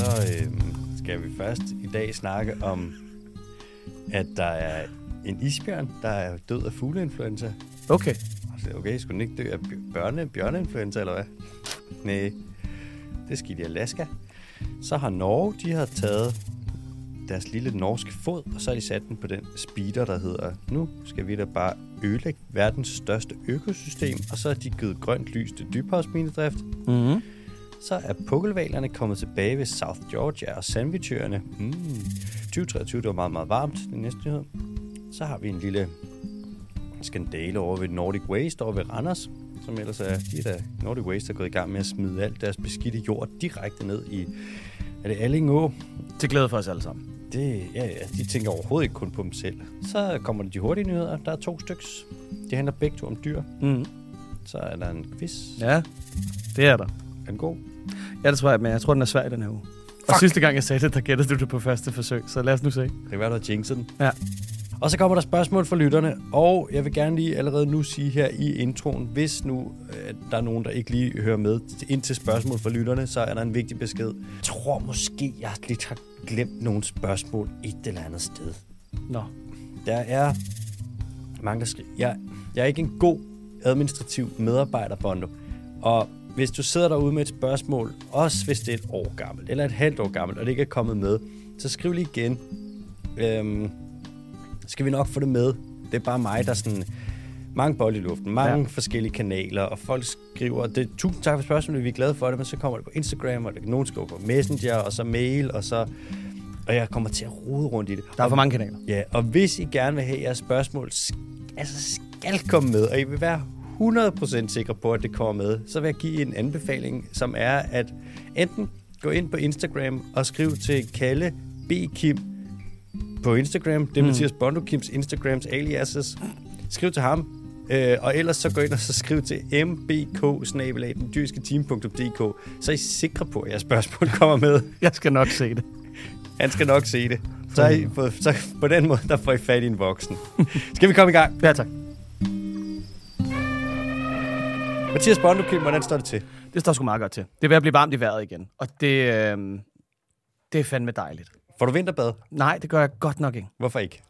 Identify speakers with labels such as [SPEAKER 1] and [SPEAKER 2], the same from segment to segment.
[SPEAKER 1] øh, skal vi først i dag snakke om, at der er en isbjørn, der er død af fugleinfluenza.
[SPEAKER 2] Okay.
[SPEAKER 1] Altså, Okay, skulle den ikke dø af bj- børne, bjørneinfluenza, eller hvad? Nej, det skete i Alaska. Så har Norge, de har taget deres lille norske fod, og så har de sat den på den speeder, der hedder, nu skal vi da bare ødelægge verdens største økosystem, og så har de givet grønt lys til dybhavsminedrift,
[SPEAKER 2] Mm-hmm.
[SPEAKER 1] så er pukkelvalerne kommet tilbage ved South Georgia og sandwichøerne. Mm. 2023, det var meget, meget varmt, den næste nyhed. Så har vi en lille skandale over ved Nordic Waste over ved Randers, som ellers er, de er da, Nordic Waste er gået i gang med at smide alt deres beskidte jord direkte ned i, er det Allingå?
[SPEAKER 2] Til glæde for os alle sammen.
[SPEAKER 1] Det, ja, ja, de tænker overhovedet ikke kun på dem selv. Så kommer der de hurtige nyheder, der er to styks. De handler begge to om dyr.
[SPEAKER 2] Mm.
[SPEAKER 1] Så er der en quiz. Ja.
[SPEAKER 2] Ja, det er der.
[SPEAKER 1] Er den god?
[SPEAKER 2] Ja, det tror jeg, men jeg tror, den er svær i den her uge. Fuck. Og sidste gang, jeg sagde det, der gættede du det på første forsøg. Så lad os nu se.
[SPEAKER 1] Det kan være, du har jinxet den.
[SPEAKER 2] Ja.
[SPEAKER 1] Og så kommer der spørgsmål fra lytterne, og jeg vil gerne lige allerede nu sige her i introen, hvis nu øh, der er nogen, der ikke lige hører med ind til spørgsmål fra lytterne, så er der en vigtig besked. Jeg tror måske, jeg lidt har glemt nogle spørgsmål et eller andet sted.
[SPEAKER 2] Nå.
[SPEAKER 1] Der er mange, der skriver. Jeg, jeg er ikke en god administrativ medarbejder, Bondo. Og hvis du sidder derude med et spørgsmål, også hvis det er et år gammelt, eller et halvt år gammelt, og det ikke er kommet med, så skriv lige igen. Øhm, skal vi nok få det med? Det er bare mig, der sådan... Mange bolde i luften, mange
[SPEAKER 2] Ja.
[SPEAKER 1] ja. forskellige kanaler, og folk skriver, det, tusind tak for spørgsmålet, vi er glade for det, men så kommer det på Instagram, og det, nogen skriver på Messenger, og så mail, og så... Og jeg kommer til at rode rundt i det.
[SPEAKER 2] Der er
[SPEAKER 1] Og
[SPEAKER 2] for mange kanaler.
[SPEAKER 1] Ja, og hvis I gerne vil have jeres spørgsmål, sk- altså skal komme med, og I vil være 100% sikre på, at det kommer med, så vil jeg give en anbefaling, som er at enten gå ind på Instagram og skriv til Kalle B. Kim på Instagram. Det er mm. Mathias Bondo Kims Instagrams aliases. Skriv til ham. Øh, og ellers så gå ind og så skriv til mbk så er I sikre på, at jeres spørgsmål kommer med.
[SPEAKER 2] Jeg skal nok se det.
[SPEAKER 1] Han skal nok se det. Så, har I fået, så på den måde, der får I fat i en voksen. Skal vi komme i gang?
[SPEAKER 2] Ja, tak.
[SPEAKER 1] Mathias Bondokim, hvordan står det til?
[SPEAKER 2] Det står sgu meget godt til. Det er ved at blive varmt i vejret igen. Og det, øh, det er fandme dejligt.
[SPEAKER 1] Får du vinterbad?
[SPEAKER 2] Nej, det gør jeg godt nok ikke.
[SPEAKER 1] Hvorfor ikke?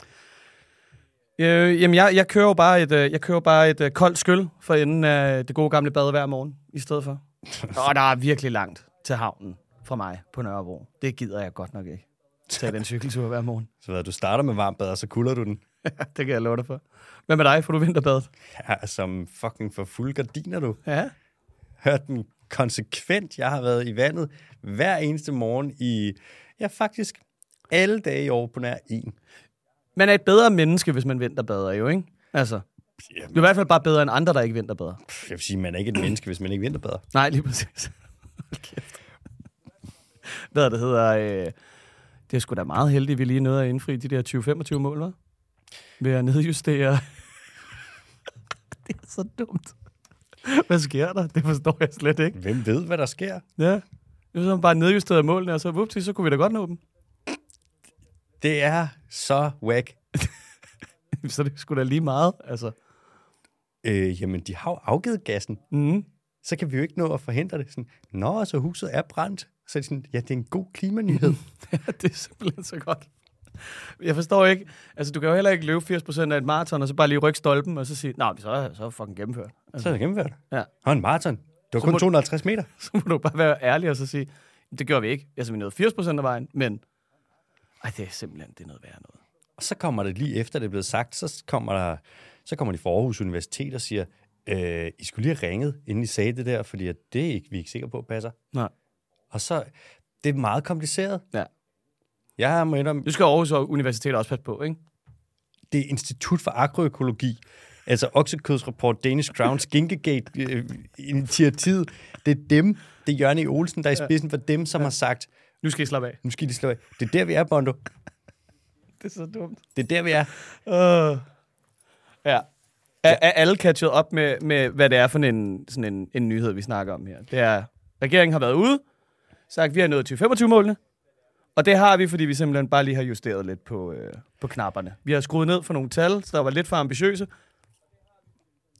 [SPEAKER 2] Øh, jamen, jeg, jeg kører jo bare et, øh, jeg kører bare et øh, koldt skyl for enden af øh, det gode gamle bad hver morgen, i stedet for. Og der er virkelig langt til havnen fra mig på Nørrebro. Det gider jeg godt nok ikke. Tag den cykeltur hver morgen.
[SPEAKER 1] Så ved du starter med varmt bad, og så kulder du den.
[SPEAKER 2] det kan jeg love dig for. Hvad med dig? Får du vinterbadet?
[SPEAKER 1] Ja, som fucking for fuld gardiner, du.
[SPEAKER 2] Ja.
[SPEAKER 1] Hørte den konsekvent. Jeg har været i vandet hver eneste morgen i, ja faktisk, alle dage i år på nær en.
[SPEAKER 2] Man er et bedre menneske, hvis man vinterbader jo, ikke? Altså, du er i hvert fald bare bedre end andre, der ikke vinterbader.
[SPEAKER 1] Pff, Jeg vil sige, man er ikke et menneske, hvis man ikke vinterbader.
[SPEAKER 2] Nej, lige præcis. Hold kæft. Hvad er det hedder? Øh, det er sgu da meget heldigt, at vi lige nåede at indfri de der 20-25 mål, hva'? Ved at nedjustere. det er så dumt. Hvad sker der? Det forstår jeg slet ikke.
[SPEAKER 1] Hvem ved, hvad der sker?
[SPEAKER 2] Ja. Det er sådan bare nedjusteret målene, og så, vupti, så kunne vi da godt nå dem.
[SPEAKER 1] Det er så whack.
[SPEAKER 2] så det skulle da lige meget, altså.
[SPEAKER 1] Øh, jamen, de har jo afgivet gassen.
[SPEAKER 2] Mm.
[SPEAKER 1] så kan vi jo ikke nå at forhindre det. Sådan, Nå, så huset er brændt. Så er det sådan, ja, det er en god klimanyhed.
[SPEAKER 2] det er simpelthen så godt. Jeg forstår ikke. Altså, du kan jo heller ikke løbe 80% af et maraton, og så bare lige rykke stolpen, og så sige, nej, så er så er fucking gennemført.
[SPEAKER 1] så er det gennemført.
[SPEAKER 2] Ja.
[SPEAKER 1] Og en maraton. Det var
[SPEAKER 2] Så
[SPEAKER 1] kun
[SPEAKER 2] må-
[SPEAKER 1] 250 meter.
[SPEAKER 2] så må du bare være ærlig og så sige, det gjorde vi ikke. Altså, vi nåede 80% af vejen, men... Ej, det er simpelthen, det er noget værre noget.
[SPEAKER 1] Og så kommer det lige efter, det er blevet sagt, så kommer, der, så kommer de fra Aarhus Universitet og siger, øh, I skulle lige have ringet, inden I sagde det der, fordi at det er ikke, vi er ikke sikre på passer.
[SPEAKER 2] Nej.
[SPEAKER 1] Og så, det er meget kompliceret.
[SPEAKER 2] Ja.
[SPEAKER 1] Jeg må indrømme,
[SPEAKER 2] Nu skal Aarhus Universitet også passe på, ikke?
[SPEAKER 1] det er Institut for Agroøkologi, altså oksekødsrapport, Danish Crown, Skinkegate, øh, initiativet, det er dem, det er Jørgen E. Olsen, der er i spidsen for dem, som har sagt,
[SPEAKER 2] Nu skal I slappe af.
[SPEAKER 1] nu skal de slå af. Det er der, vi er, Bondo.
[SPEAKER 2] Det er så dumt.
[SPEAKER 1] Det er der, vi er.
[SPEAKER 2] Uh. Ja. Er, er alle catchet op med, med, hvad det er for en, sådan en, en nyhed, vi snakker om her? Det er, regeringen har været ude, sagt, vi har nået 2025-målene, og det har vi, fordi vi simpelthen bare lige har justeret lidt på, øh, på knapperne. Vi har skruet ned for nogle tal, så der var lidt for ambitiøse,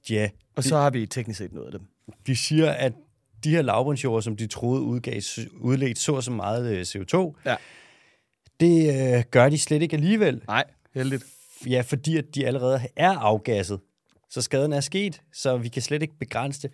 [SPEAKER 1] Ja,
[SPEAKER 2] og så har vi teknisk set nået dem.
[SPEAKER 1] de siger, at de her lavbundsjord, som de troede udgav, s- udledte så og så meget øh, CO2,
[SPEAKER 2] Ja.
[SPEAKER 1] det øh, gør de slet ikke alligevel.
[SPEAKER 2] Nej, heldigt.
[SPEAKER 1] Ja, fordi at de allerede er afgasset. Så skaden er sket, så vi kan slet ikke begrænse det.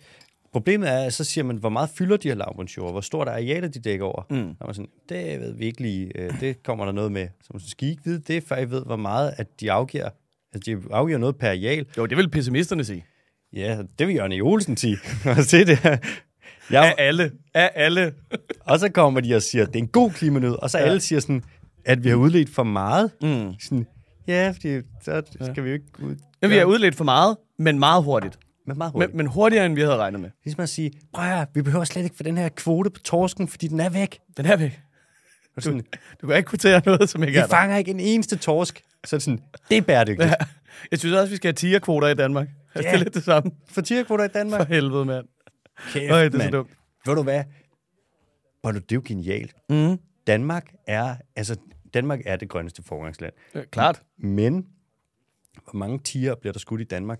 [SPEAKER 1] Problemet er, at så siger man, hvor meget fylder de her lavbundsjord? Hvor stort er arealet, de dækker over? Mm. Og man sådan, det ved vi ikke lige. øh, Det kommer der noget med. Så man sådan, skal I ikke vide det, før I ved, hvor meget at de afgiver? Altså, de afgiver noget per areal.
[SPEAKER 2] Jo, det vil pessimisterne sige.
[SPEAKER 1] Ja, det vil Jørgen E. Olsen sige. Altså, det er det. Jeg,
[SPEAKER 2] Af alle. Af alle.
[SPEAKER 1] og så kommer de og siger, at det er en god klimanød, og så ja. alle siger sådan, at vi har udledt for meget. Mm. Sådan, ja, fordi så skal vi jo ikke ud.
[SPEAKER 2] Jamen, vi har udledt for meget, men meget hurtigt.
[SPEAKER 1] Men meget hurtigt.
[SPEAKER 2] Men, men hurtigere, end vi havde regnet med.
[SPEAKER 1] Ligesom at sige, prøv at høre, vi behøver slet ikke for den her kvote på torsken, fordi den er væk.
[SPEAKER 2] Den er væk.
[SPEAKER 1] Og sådan,
[SPEAKER 2] Du kan ikke kvotere noget, som ikke
[SPEAKER 1] vi
[SPEAKER 2] er der.
[SPEAKER 1] fanger ikke en eneste torsk. Så er det sådan, det er bæredygtigt.
[SPEAKER 2] Ja. Jeg synes også, vi skal have tigerkvoter i Danmark. Altså,
[SPEAKER 1] Ja.
[SPEAKER 2] Det er lidt det samme.
[SPEAKER 1] For tierkvoter i
[SPEAKER 2] For
[SPEAKER 1] Danmark.
[SPEAKER 2] helvede, mand.
[SPEAKER 1] Kæft,
[SPEAKER 2] Øj, det er så
[SPEAKER 1] mand.
[SPEAKER 2] dumt.
[SPEAKER 1] Ved du hvad? Hvor du, det er jo genialt. Mm. Danmark er, altså, Danmark er det grønneste forgangsland.
[SPEAKER 2] Øh, klart.
[SPEAKER 1] Men, hvor mange tiger bliver der skudt i Danmark?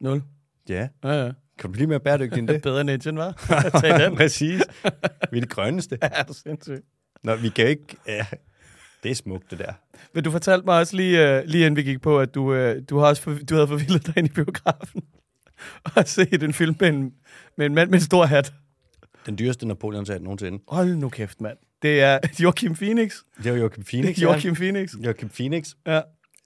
[SPEAKER 2] Nul.
[SPEAKER 1] Ja,
[SPEAKER 2] Ja, ja.
[SPEAKER 1] kan du blive mere bæredygtig end det?
[SPEAKER 2] Bedre end Indien, var. Tag den.
[SPEAKER 1] Præcis. Vi er det grønneste.
[SPEAKER 2] Ja, det er sindssygt.
[SPEAKER 1] Nå, vi kan jo ikke... Ja. Det er smukt, det der.
[SPEAKER 2] Men du fortalte mig også lige, øh, lige inden vi gik på, at du, øh, du, har også for, du havde forvildet dig ind i biografen og set en film med en, med en mand med en stor hat.
[SPEAKER 1] Den dyreste Napoleonshat nogensinde.
[SPEAKER 2] Hold nu kæft, mand. Det er Joachim Phoenix.
[SPEAKER 1] Det var Joachim Phoenix.
[SPEAKER 2] Joachim Phoenix.
[SPEAKER 1] Ja. Joachim Phoenix.
[SPEAKER 2] Ja.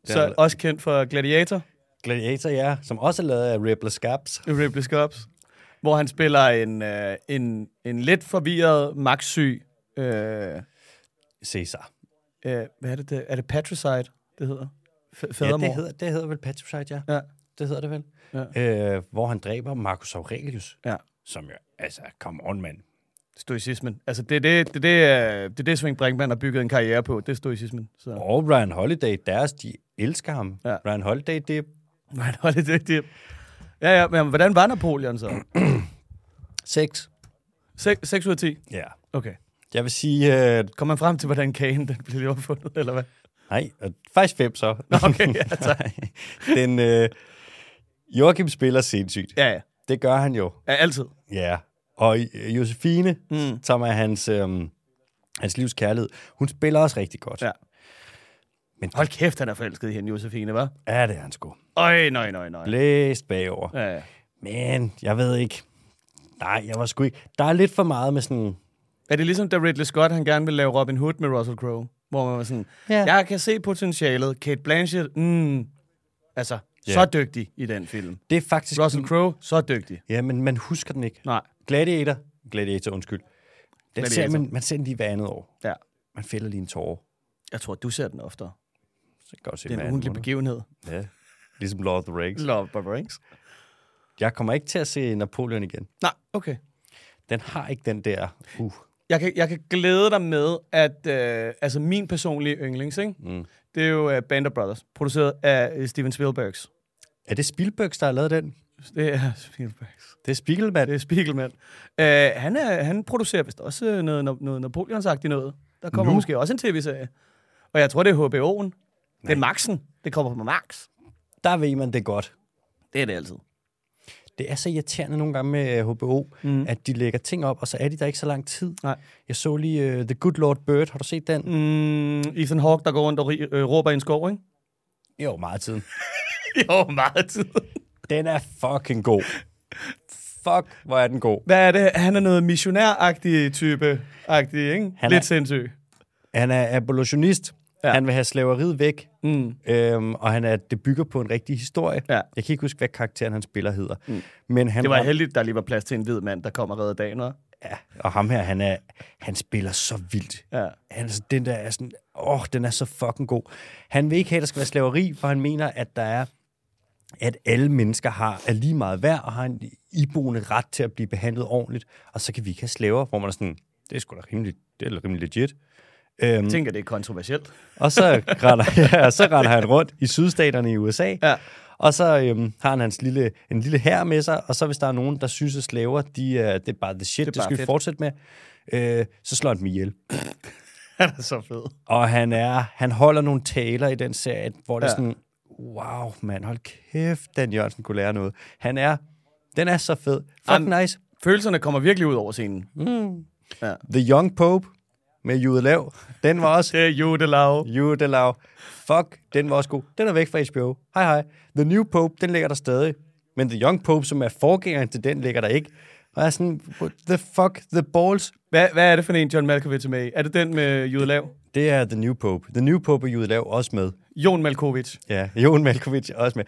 [SPEAKER 2] Så
[SPEAKER 1] er-
[SPEAKER 2] også kendt for Gladiator,
[SPEAKER 1] Gladiator, ja. Som også er lavet af Ripley Scaps.
[SPEAKER 2] Ripley Scopes, hvor han spiller en, øh, en, en lidt forvirret, magtsyg... Øh, øh,
[SPEAKER 1] Cæsar.
[SPEAKER 2] hvad er det, det? Er det Patricide, det hedder? F-
[SPEAKER 1] Ja,
[SPEAKER 2] fædremor.
[SPEAKER 1] det hedder, det hedder vel Patricide, ja.
[SPEAKER 2] Ja.
[SPEAKER 1] Det hedder det vel. Ja. Øh, hvor han dræber Marcus Aurelius,
[SPEAKER 2] Ja.
[SPEAKER 1] som jo, altså, come on, mand.
[SPEAKER 2] Stoicismen. Altså, det er det, det, det, er- det, er det Svend Brinkmann har bygget en karriere på. Det er stoicismen. Så. Oh.
[SPEAKER 1] Og Ryan Holiday, deres, de elsker ham.
[SPEAKER 2] Ja.
[SPEAKER 1] Ja. Ryan Holiday, det er
[SPEAKER 2] Nej, det var lidt dygtigt. Ja, ja, men hvordan var Napoleon så?
[SPEAKER 1] sex.
[SPEAKER 2] 6, 6 ud af 10?
[SPEAKER 1] Ja.
[SPEAKER 2] Okay.
[SPEAKER 1] Jeg vil sige, øh,
[SPEAKER 2] Kom man frem til, hvordan kagen den blev opfundet, eller hvad?
[SPEAKER 1] nej, øh, faktisk fem så.
[SPEAKER 2] Okay, ja, tak.
[SPEAKER 1] Den, øh, Joachim spiller sindssygt.
[SPEAKER 2] Ja, ja.
[SPEAKER 1] Det gør han jo.
[SPEAKER 2] ja altid.
[SPEAKER 1] Ja. Og øh, Josefine, mm. som er hans, øh, hans livs kærlighed, hun spiller også rigtig godt.
[SPEAKER 2] Ja.
[SPEAKER 1] Men-
[SPEAKER 2] Hold kæft, han er forelsket i hende, Josefine, hva'?
[SPEAKER 1] Ja, det er han sgu.
[SPEAKER 2] Øj, nej, nej, nej.
[SPEAKER 1] Blæst bagover. Ja.
[SPEAKER 2] Ja, ja.
[SPEAKER 1] Men jeg ved ikke. Nej, jeg var sgu ikke. Der er lidt for meget med sådan...
[SPEAKER 2] Er det ligesom, da Ridley Scott, han gerne ville lave Robin Hood med Russell Crowe? Hvor man var sådan, ja.
[SPEAKER 1] Ja.
[SPEAKER 2] jeg kan se potentialet. Kate Blanchett, mm, altså,
[SPEAKER 1] Ja.
[SPEAKER 2] så dygtig i den film.
[SPEAKER 1] Det er faktisk...
[SPEAKER 2] Russell Crowe, så dygtig.
[SPEAKER 1] Ja, men man husker den ikke.
[SPEAKER 2] Nej,
[SPEAKER 1] Gladiator. Gladiator, undskyld. Den
[SPEAKER 2] Gladiator.
[SPEAKER 1] ser man, man ser den lige hver andet år.
[SPEAKER 2] ja.
[SPEAKER 1] Man fælder lige en tårer.
[SPEAKER 2] Jeg tror, du ser den oftere.
[SPEAKER 1] Så kan jeg godt se,
[SPEAKER 2] Det er
[SPEAKER 1] hver
[SPEAKER 2] en
[SPEAKER 1] anden
[SPEAKER 2] ugentlig
[SPEAKER 1] måned.
[SPEAKER 2] begivenhed.
[SPEAKER 1] Ja, ligesom Lord of the Rings.
[SPEAKER 2] Love Barbara Rings.
[SPEAKER 1] Jeg kommer ikke til at se Napoleon igen.
[SPEAKER 2] Nej, okay.
[SPEAKER 1] Den har ikke den der... Uh.
[SPEAKER 2] Jeg kan, jeg kan glæde dig med, at øh, altså min personlige yndlings, ikke? Mm. det er jo uh, Band of Brothers, produceret af øh, Steven Spielbergs.
[SPEAKER 1] Er det Spielberg, der har lavet den?
[SPEAKER 2] Det er Spielbergs.
[SPEAKER 1] Det er Spiegelman.
[SPEAKER 2] Det er Spiegelman. Uh, han, er, han producerer vist også øh, noget, noget, noget Napoleonsagtigt noget. Der kommer nu. måske også en tv-serie. Og jeg tror, det er HBO'en. Det er Maxen. Det kommer på Max.
[SPEAKER 1] Der ved man det godt.
[SPEAKER 2] Det er det altid.
[SPEAKER 1] Det er så irriterende nogle gange med øh, HBO, mm. at de lægger ting op, og så er de der ikke så lang tid.
[SPEAKER 2] Nej.
[SPEAKER 1] Jeg så lige uh, The Good Lord Bird. Har du set den? Mm.
[SPEAKER 2] Mm, Ethan Hawke, der går rundt og ri- øh, råber i en skov, ikke?
[SPEAKER 1] Jo, meget tid.
[SPEAKER 2] jo, meget tid.
[SPEAKER 1] Den er fucking god. Fuck, hvor er den god.
[SPEAKER 2] Hvad er det? Han er noget missionæragtig type, agtig, ikke?
[SPEAKER 1] Han
[SPEAKER 2] Lidt
[SPEAKER 1] er-
[SPEAKER 2] sindssyg.
[SPEAKER 1] Han er abolitionist.
[SPEAKER 2] Ja.
[SPEAKER 1] Ja. Han vil have slaveriet væk.
[SPEAKER 2] Mm.
[SPEAKER 1] Øhm, og han er, det bygger på en rigtig historie.
[SPEAKER 2] Ja.
[SPEAKER 1] Jeg kan ikke huske, hvad karakteren han spiller hedder. Mm. Men han,
[SPEAKER 2] Det var heldigt, der lige var plads til en hvid mand, der kom og redder dagen, hva'?
[SPEAKER 1] ja, og ham her, han, er, han spiller så vildt.
[SPEAKER 2] Ja.
[SPEAKER 1] Han, altså, den der er sådan, åh, den er så fucking god. Han vil ikke have, at der skal være slaveri, for han mener, at der er, at alle mennesker har, er lige meget værd, og har en iboende ret til at blive behandlet ordentligt, og så kan vi ikke have slaver, hvor man er sådan, det er sgu da rimelig, det er da rimelig legit. Øhm,
[SPEAKER 2] Jeg tænker, det er kontroversielt.
[SPEAKER 1] og så render, ja, og så render han rundt i sydstaterne i USA,
[SPEAKER 2] Ja.
[SPEAKER 1] og så øhm, har han hans lille, en lille hær med sig, og så hvis der er nogen, der synes, at slaver, de, er, det er bare the shit, det, det
[SPEAKER 2] bare
[SPEAKER 1] skal
[SPEAKER 2] fedt.
[SPEAKER 1] vi fortsætte med, øh, så slår han dem ihjel.
[SPEAKER 2] Han er så fed.
[SPEAKER 1] Og han, er, han holder nogle taler i den serie, hvor det
[SPEAKER 2] Ja.
[SPEAKER 1] er sådan, wow, mand, hold kæft, Dan Jørgensen kunne lære noget. Han er, den er så fed. Fuck
[SPEAKER 2] Jamen-
[SPEAKER 1] nice.
[SPEAKER 2] Følelserne kommer virkelig ud over scenen.
[SPEAKER 1] The Young Pope med Jude Lav. Den var også
[SPEAKER 2] Det er judelav.
[SPEAKER 1] Jude Lav. Fuck, den var også god. Den er væk fra HBO. Hej hej. The New Pope, den ligger der stadig. Men The Young Pope, som er forgængeren til den, ligger der ikke. Og jeg er sådan, what the fuck, the balls.
[SPEAKER 2] Hvad, hvad er det for en, John Malkovich er med i? Er det den med judelav?
[SPEAKER 1] Det er The New Pope. The New Pope og Jude Lav også med.
[SPEAKER 2] Jon Malkovich.
[SPEAKER 1] Ja, Jon Malkovich er også med.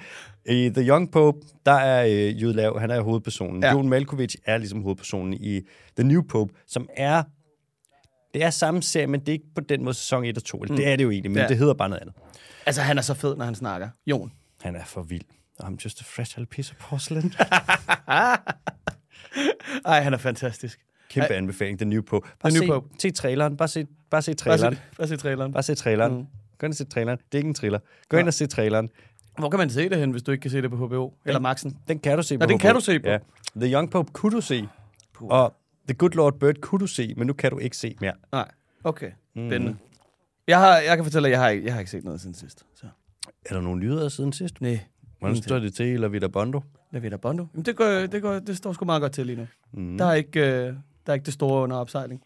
[SPEAKER 1] I The Young Pope, der er øh, Jude Lav, han er hovedpersonen.
[SPEAKER 2] Ja.
[SPEAKER 1] Ja. Jon Malkovich er ligesom hovedpersonen i The New Pope, som er... Det er samme serie, men det er ikke på den måde sæson 1 og 2. Mm. Det er det jo egentlig, men
[SPEAKER 2] Ja.
[SPEAKER 1] ja. det hedder bare noget andet.
[SPEAKER 2] Altså, han er så fed, når han snakker. Jon.
[SPEAKER 1] Han er for vild. I'm just a fragile piece of porcelain.
[SPEAKER 2] Ej, han er fantastisk.
[SPEAKER 1] Kæmpe anbefaling, The New Pope. Bare
[SPEAKER 2] The New
[SPEAKER 1] se,
[SPEAKER 2] Pope.
[SPEAKER 1] se traileren, bare se, bare se
[SPEAKER 2] Bare se,
[SPEAKER 1] traileren.
[SPEAKER 2] bare se traileren.
[SPEAKER 1] Bare se traileren. Mm. Gå ind og se traileren. Det er ikke en thriller. Gå ind og se traileren.
[SPEAKER 2] Hvor kan man se det hen, hvis du ikke kan se det på HBO? Eller Maxen?
[SPEAKER 1] Den kan du se på.
[SPEAKER 2] den
[SPEAKER 1] HBO.
[SPEAKER 2] kan du se på.
[SPEAKER 1] Ja. The Young Pope kunne du se. Og The Good Lord Bird kunne du se, men nu kan du ikke se mere.
[SPEAKER 2] Nej. Okay. Mm. Jeg, har, jeg kan fortælle, at jeg har, ikke- jeg har ikke set noget siden sidst. Så.
[SPEAKER 1] Er der nogen nyheder siden sidst?
[SPEAKER 2] Nej.
[SPEAKER 1] Hvordan står det til, eller Vita Bondo?
[SPEAKER 2] Lavita Bondo. Jamen, det, går, det, går, det står sgu meget godt til lige nu. Mm. Der, er ikke, øh, der er ikke det store under opsejling.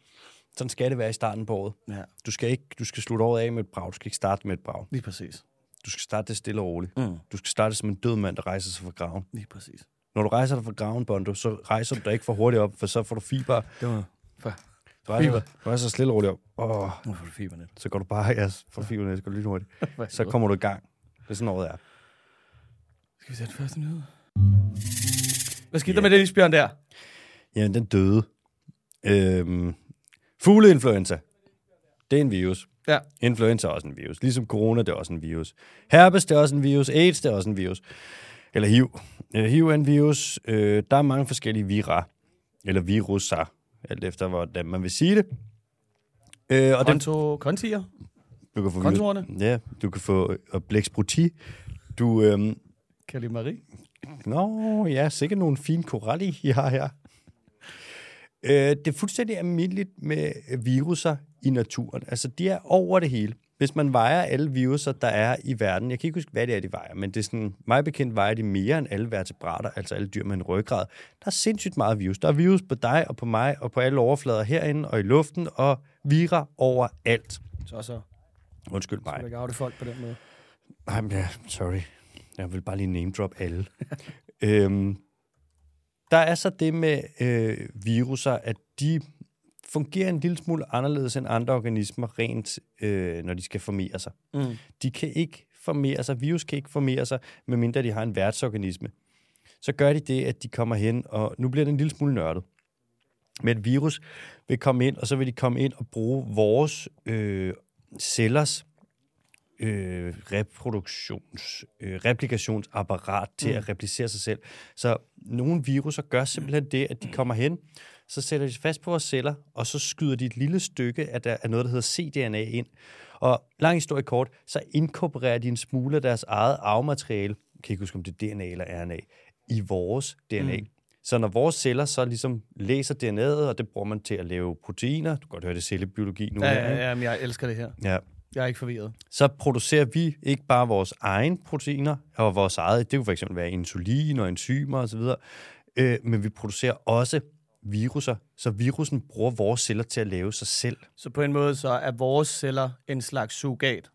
[SPEAKER 1] Sådan skal det være i starten på året.
[SPEAKER 2] Ja,
[SPEAKER 1] Du skal, ikke, du skal slutte året af med et brag. Du skal ikke starte med et brag.
[SPEAKER 2] lige præcis.
[SPEAKER 1] Du skal starte det stille og roligt.
[SPEAKER 2] Mm.
[SPEAKER 1] Du skal starte som en død mand, der rejser sig fra graven.
[SPEAKER 2] Lige præcis.
[SPEAKER 1] Når du rejser dig fra graven, Bondo, så rejser du dig ikke for hurtigt op, for så får du fiber.
[SPEAKER 2] Det var for,
[SPEAKER 1] Du rejser, du rejser stille og roligt op. Åh,
[SPEAKER 2] nu får du fibernet.
[SPEAKER 1] så går du bare, ja, for fiber, så går du lige hurtigt. Så kommer du i gang. Det er sådan, året er.
[SPEAKER 2] Skal vi se den første nyhed? Hvad skete yeah. der med den isbjørn der?
[SPEAKER 1] Jamen, den døde. Øhm, fugleinfluenza. Det er en virus.
[SPEAKER 2] Ja.
[SPEAKER 1] Influenza er også en virus. Ligesom corona, det er også en virus. Herpes, det er også en virus. AIDS, det er også en virus. Eller HIV. Øh, HIV er en virus. Øh, der er mange forskellige vira. Eller virusser. Alt efter, hvordan man vil sige det. Øh, og den,
[SPEAKER 2] Konto, kontier?
[SPEAKER 1] du kan få
[SPEAKER 2] kontorerne?
[SPEAKER 1] Ja, du kan få øh, og blækspruti. Du, øhm,
[SPEAKER 2] Kalle Marie?
[SPEAKER 1] Nå, ja, sikkert nogle fine koralli, I har her. Øh, det er fuldstændig almindeligt med øh, viruser i naturen. Altså, de er over det hele. Hvis man vejer alle viruser, der er i verden, jeg kan ikke huske, hvad det er, de vejer, men det er sådan, mig bekendt vejer de mere end alle vertebrater, altså alle dyr med en ryggrad. Der er sindssygt meget virus. Der er virus på dig og på mig og på alle overflader herinde og i luften og vira overalt.
[SPEAKER 2] Så så.
[SPEAKER 1] Undskyld mig.
[SPEAKER 2] Jeg kan af det folk på den måde.
[SPEAKER 1] Nej, men ja, sorry. Jeg vil bare lige name drop alle. øhm, der er så det med øh, viruser, at de fungerer en lille smule anderledes end andre organismer, rent øh, når de skal formere sig.
[SPEAKER 2] Mm.
[SPEAKER 1] De kan ikke formere sig, virus kan ikke formere sig, medmindre de har en værtsorganisme. Så gør de det, at de kommer hen, og nu bliver det en lille smule nørdet. Men et virus vil komme ind, og så vil de komme ind og bruge vores øh, cellers øh, reproduktions, øh, replikationsapparat til mm. at replicere sig selv. Så nogle viruser gør simpelthen det,
[SPEAKER 2] Mm.
[SPEAKER 1] at de kommer hen, så sætter de sig fast på vores celler, og så skyder de et lille stykke af, der, af noget, der hedder cDNA ind. Og lang historie kort, så inkorporerer de en smule af deres eget arvemateriale, jeg kan ikke huske, om det er DNA eller RNA, i vores DNA. Mm. Så når vores celler så ligesom læser DNA'et, og det bruger man til at lave proteiner, du kan godt høre det er cellebiologi nu
[SPEAKER 2] Ja,
[SPEAKER 1] her, ikke?
[SPEAKER 2] ja, ja, men jeg elsker det her.
[SPEAKER 1] ja
[SPEAKER 2] Jeg er ikke forvirret.
[SPEAKER 1] så producerer vi ikke bare vores egen proteiner og vores eget, det kunne fx være insulin og enzymer osv., øh, men vi producerer også viruser, så virussen bruger vores celler til at lave sig selv.
[SPEAKER 2] Så på en måde så er vores celler en slags sugat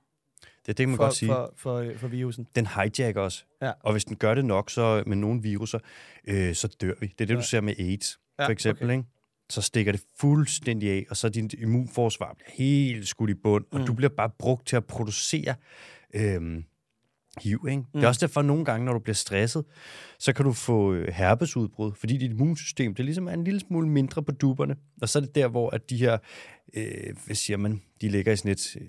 [SPEAKER 1] Det er det, man
[SPEAKER 2] for,
[SPEAKER 1] godt sige.
[SPEAKER 2] for, for, for virusen.
[SPEAKER 1] Den hijacker os.
[SPEAKER 2] Ja.
[SPEAKER 1] Og hvis den gør det nok, så med nogle viruser, øh, så dør vi. Det er det, du ser med AIDS,
[SPEAKER 2] Ja,
[SPEAKER 1] ja, for eksempel. Okay. Ikke? Så stikker det fuldstændig af, og så er dit immunforsvar bliver helt skudt i bund, og du bliver bare brugt til at producere øh, HIV. Ikke? Mm. Det er også derfor, at nogle gange, når du bliver stresset, så kan du få øh, herpesudbrud, fordi dit immunsystem, det ligesom er en lille smule mindre på duberne. Og så er det der, hvor at de her, øh, hvad siger man, de ligger i sådan et, øh,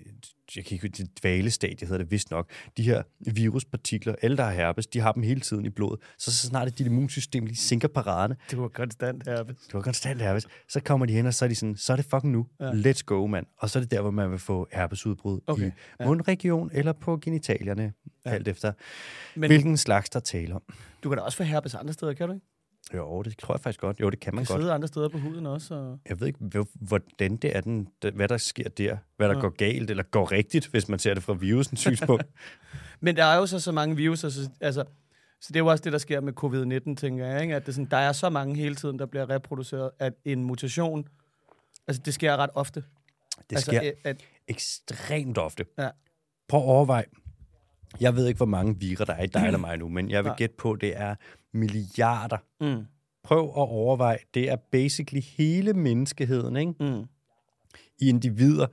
[SPEAKER 1] jeg kan ikke huske, det dvalestadie hedder det vist nok, de her viruspartikler, alle der har herpes, de har dem hele tiden i blodet. Så, så snart at dit immunsystem lige sænker paraderne,
[SPEAKER 2] Det var konstant herpes.
[SPEAKER 1] du har konstant herpes, så kommer de hen, og så er de sådan, så er det fucking nu, ja. let's go, mand. Og så er det der, hvor man vil få herpesudbrud
[SPEAKER 2] Okay,
[SPEAKER 1] okay. i mundregion eller på genitalierne, ja. alt efter,
[SPEAKER 2] Men-
[SPEAKER 1] Men... hvilken slags der taler om.
[SPEAKER 2] Du kan da også få herpes andre steder, kan du ikke?
[SPEAKER 1] Jo, det tror jeg faktisk godt. Jo, det kan man
[SPEAKER 2] Du kan
[SPEAKER 1] godt.
[SPEAKER 2] sidde andre steder på huden også. Og...
[SPEAKER 1] Jeg ved ikke, hvor- hvordan det er, den, hvad der sker der. Hvad der ja. går galt, eller går rigtigt, hvis man ser det fra virusens synspunkt.
[SPEAKER 2] Men der er jo så så mange virus, altså, altså Så det er jo også det, der sker med covid-19, tænker jeg. Ikke? At det er sådan, der er så mange hele tiden, der bliver reproduceret, at en mutation, altså det sker ret ofte.
[SPEAKER 1] Det
[SPEAKER 2] altså,
[SPEAKER 1] sker
[SPEAKER 2] øh, At,
[SPEAKER 1] ekstremt ofte.
[SPEAKER 2] ja,
[SPEAKER 1] Prøv at overveje. Jeg ved ikke, hvor mange virer der er i dig eller mig nu, men jeg vil gætte på, det er milliarder.
[SPEAKER 2] Mm.
[SPEAKER 1] Prøv at overveje. Det er basically hele menneskeheden, ikke?
[SPEAKER 2] Mm.
[SPEAKER 1] I individer.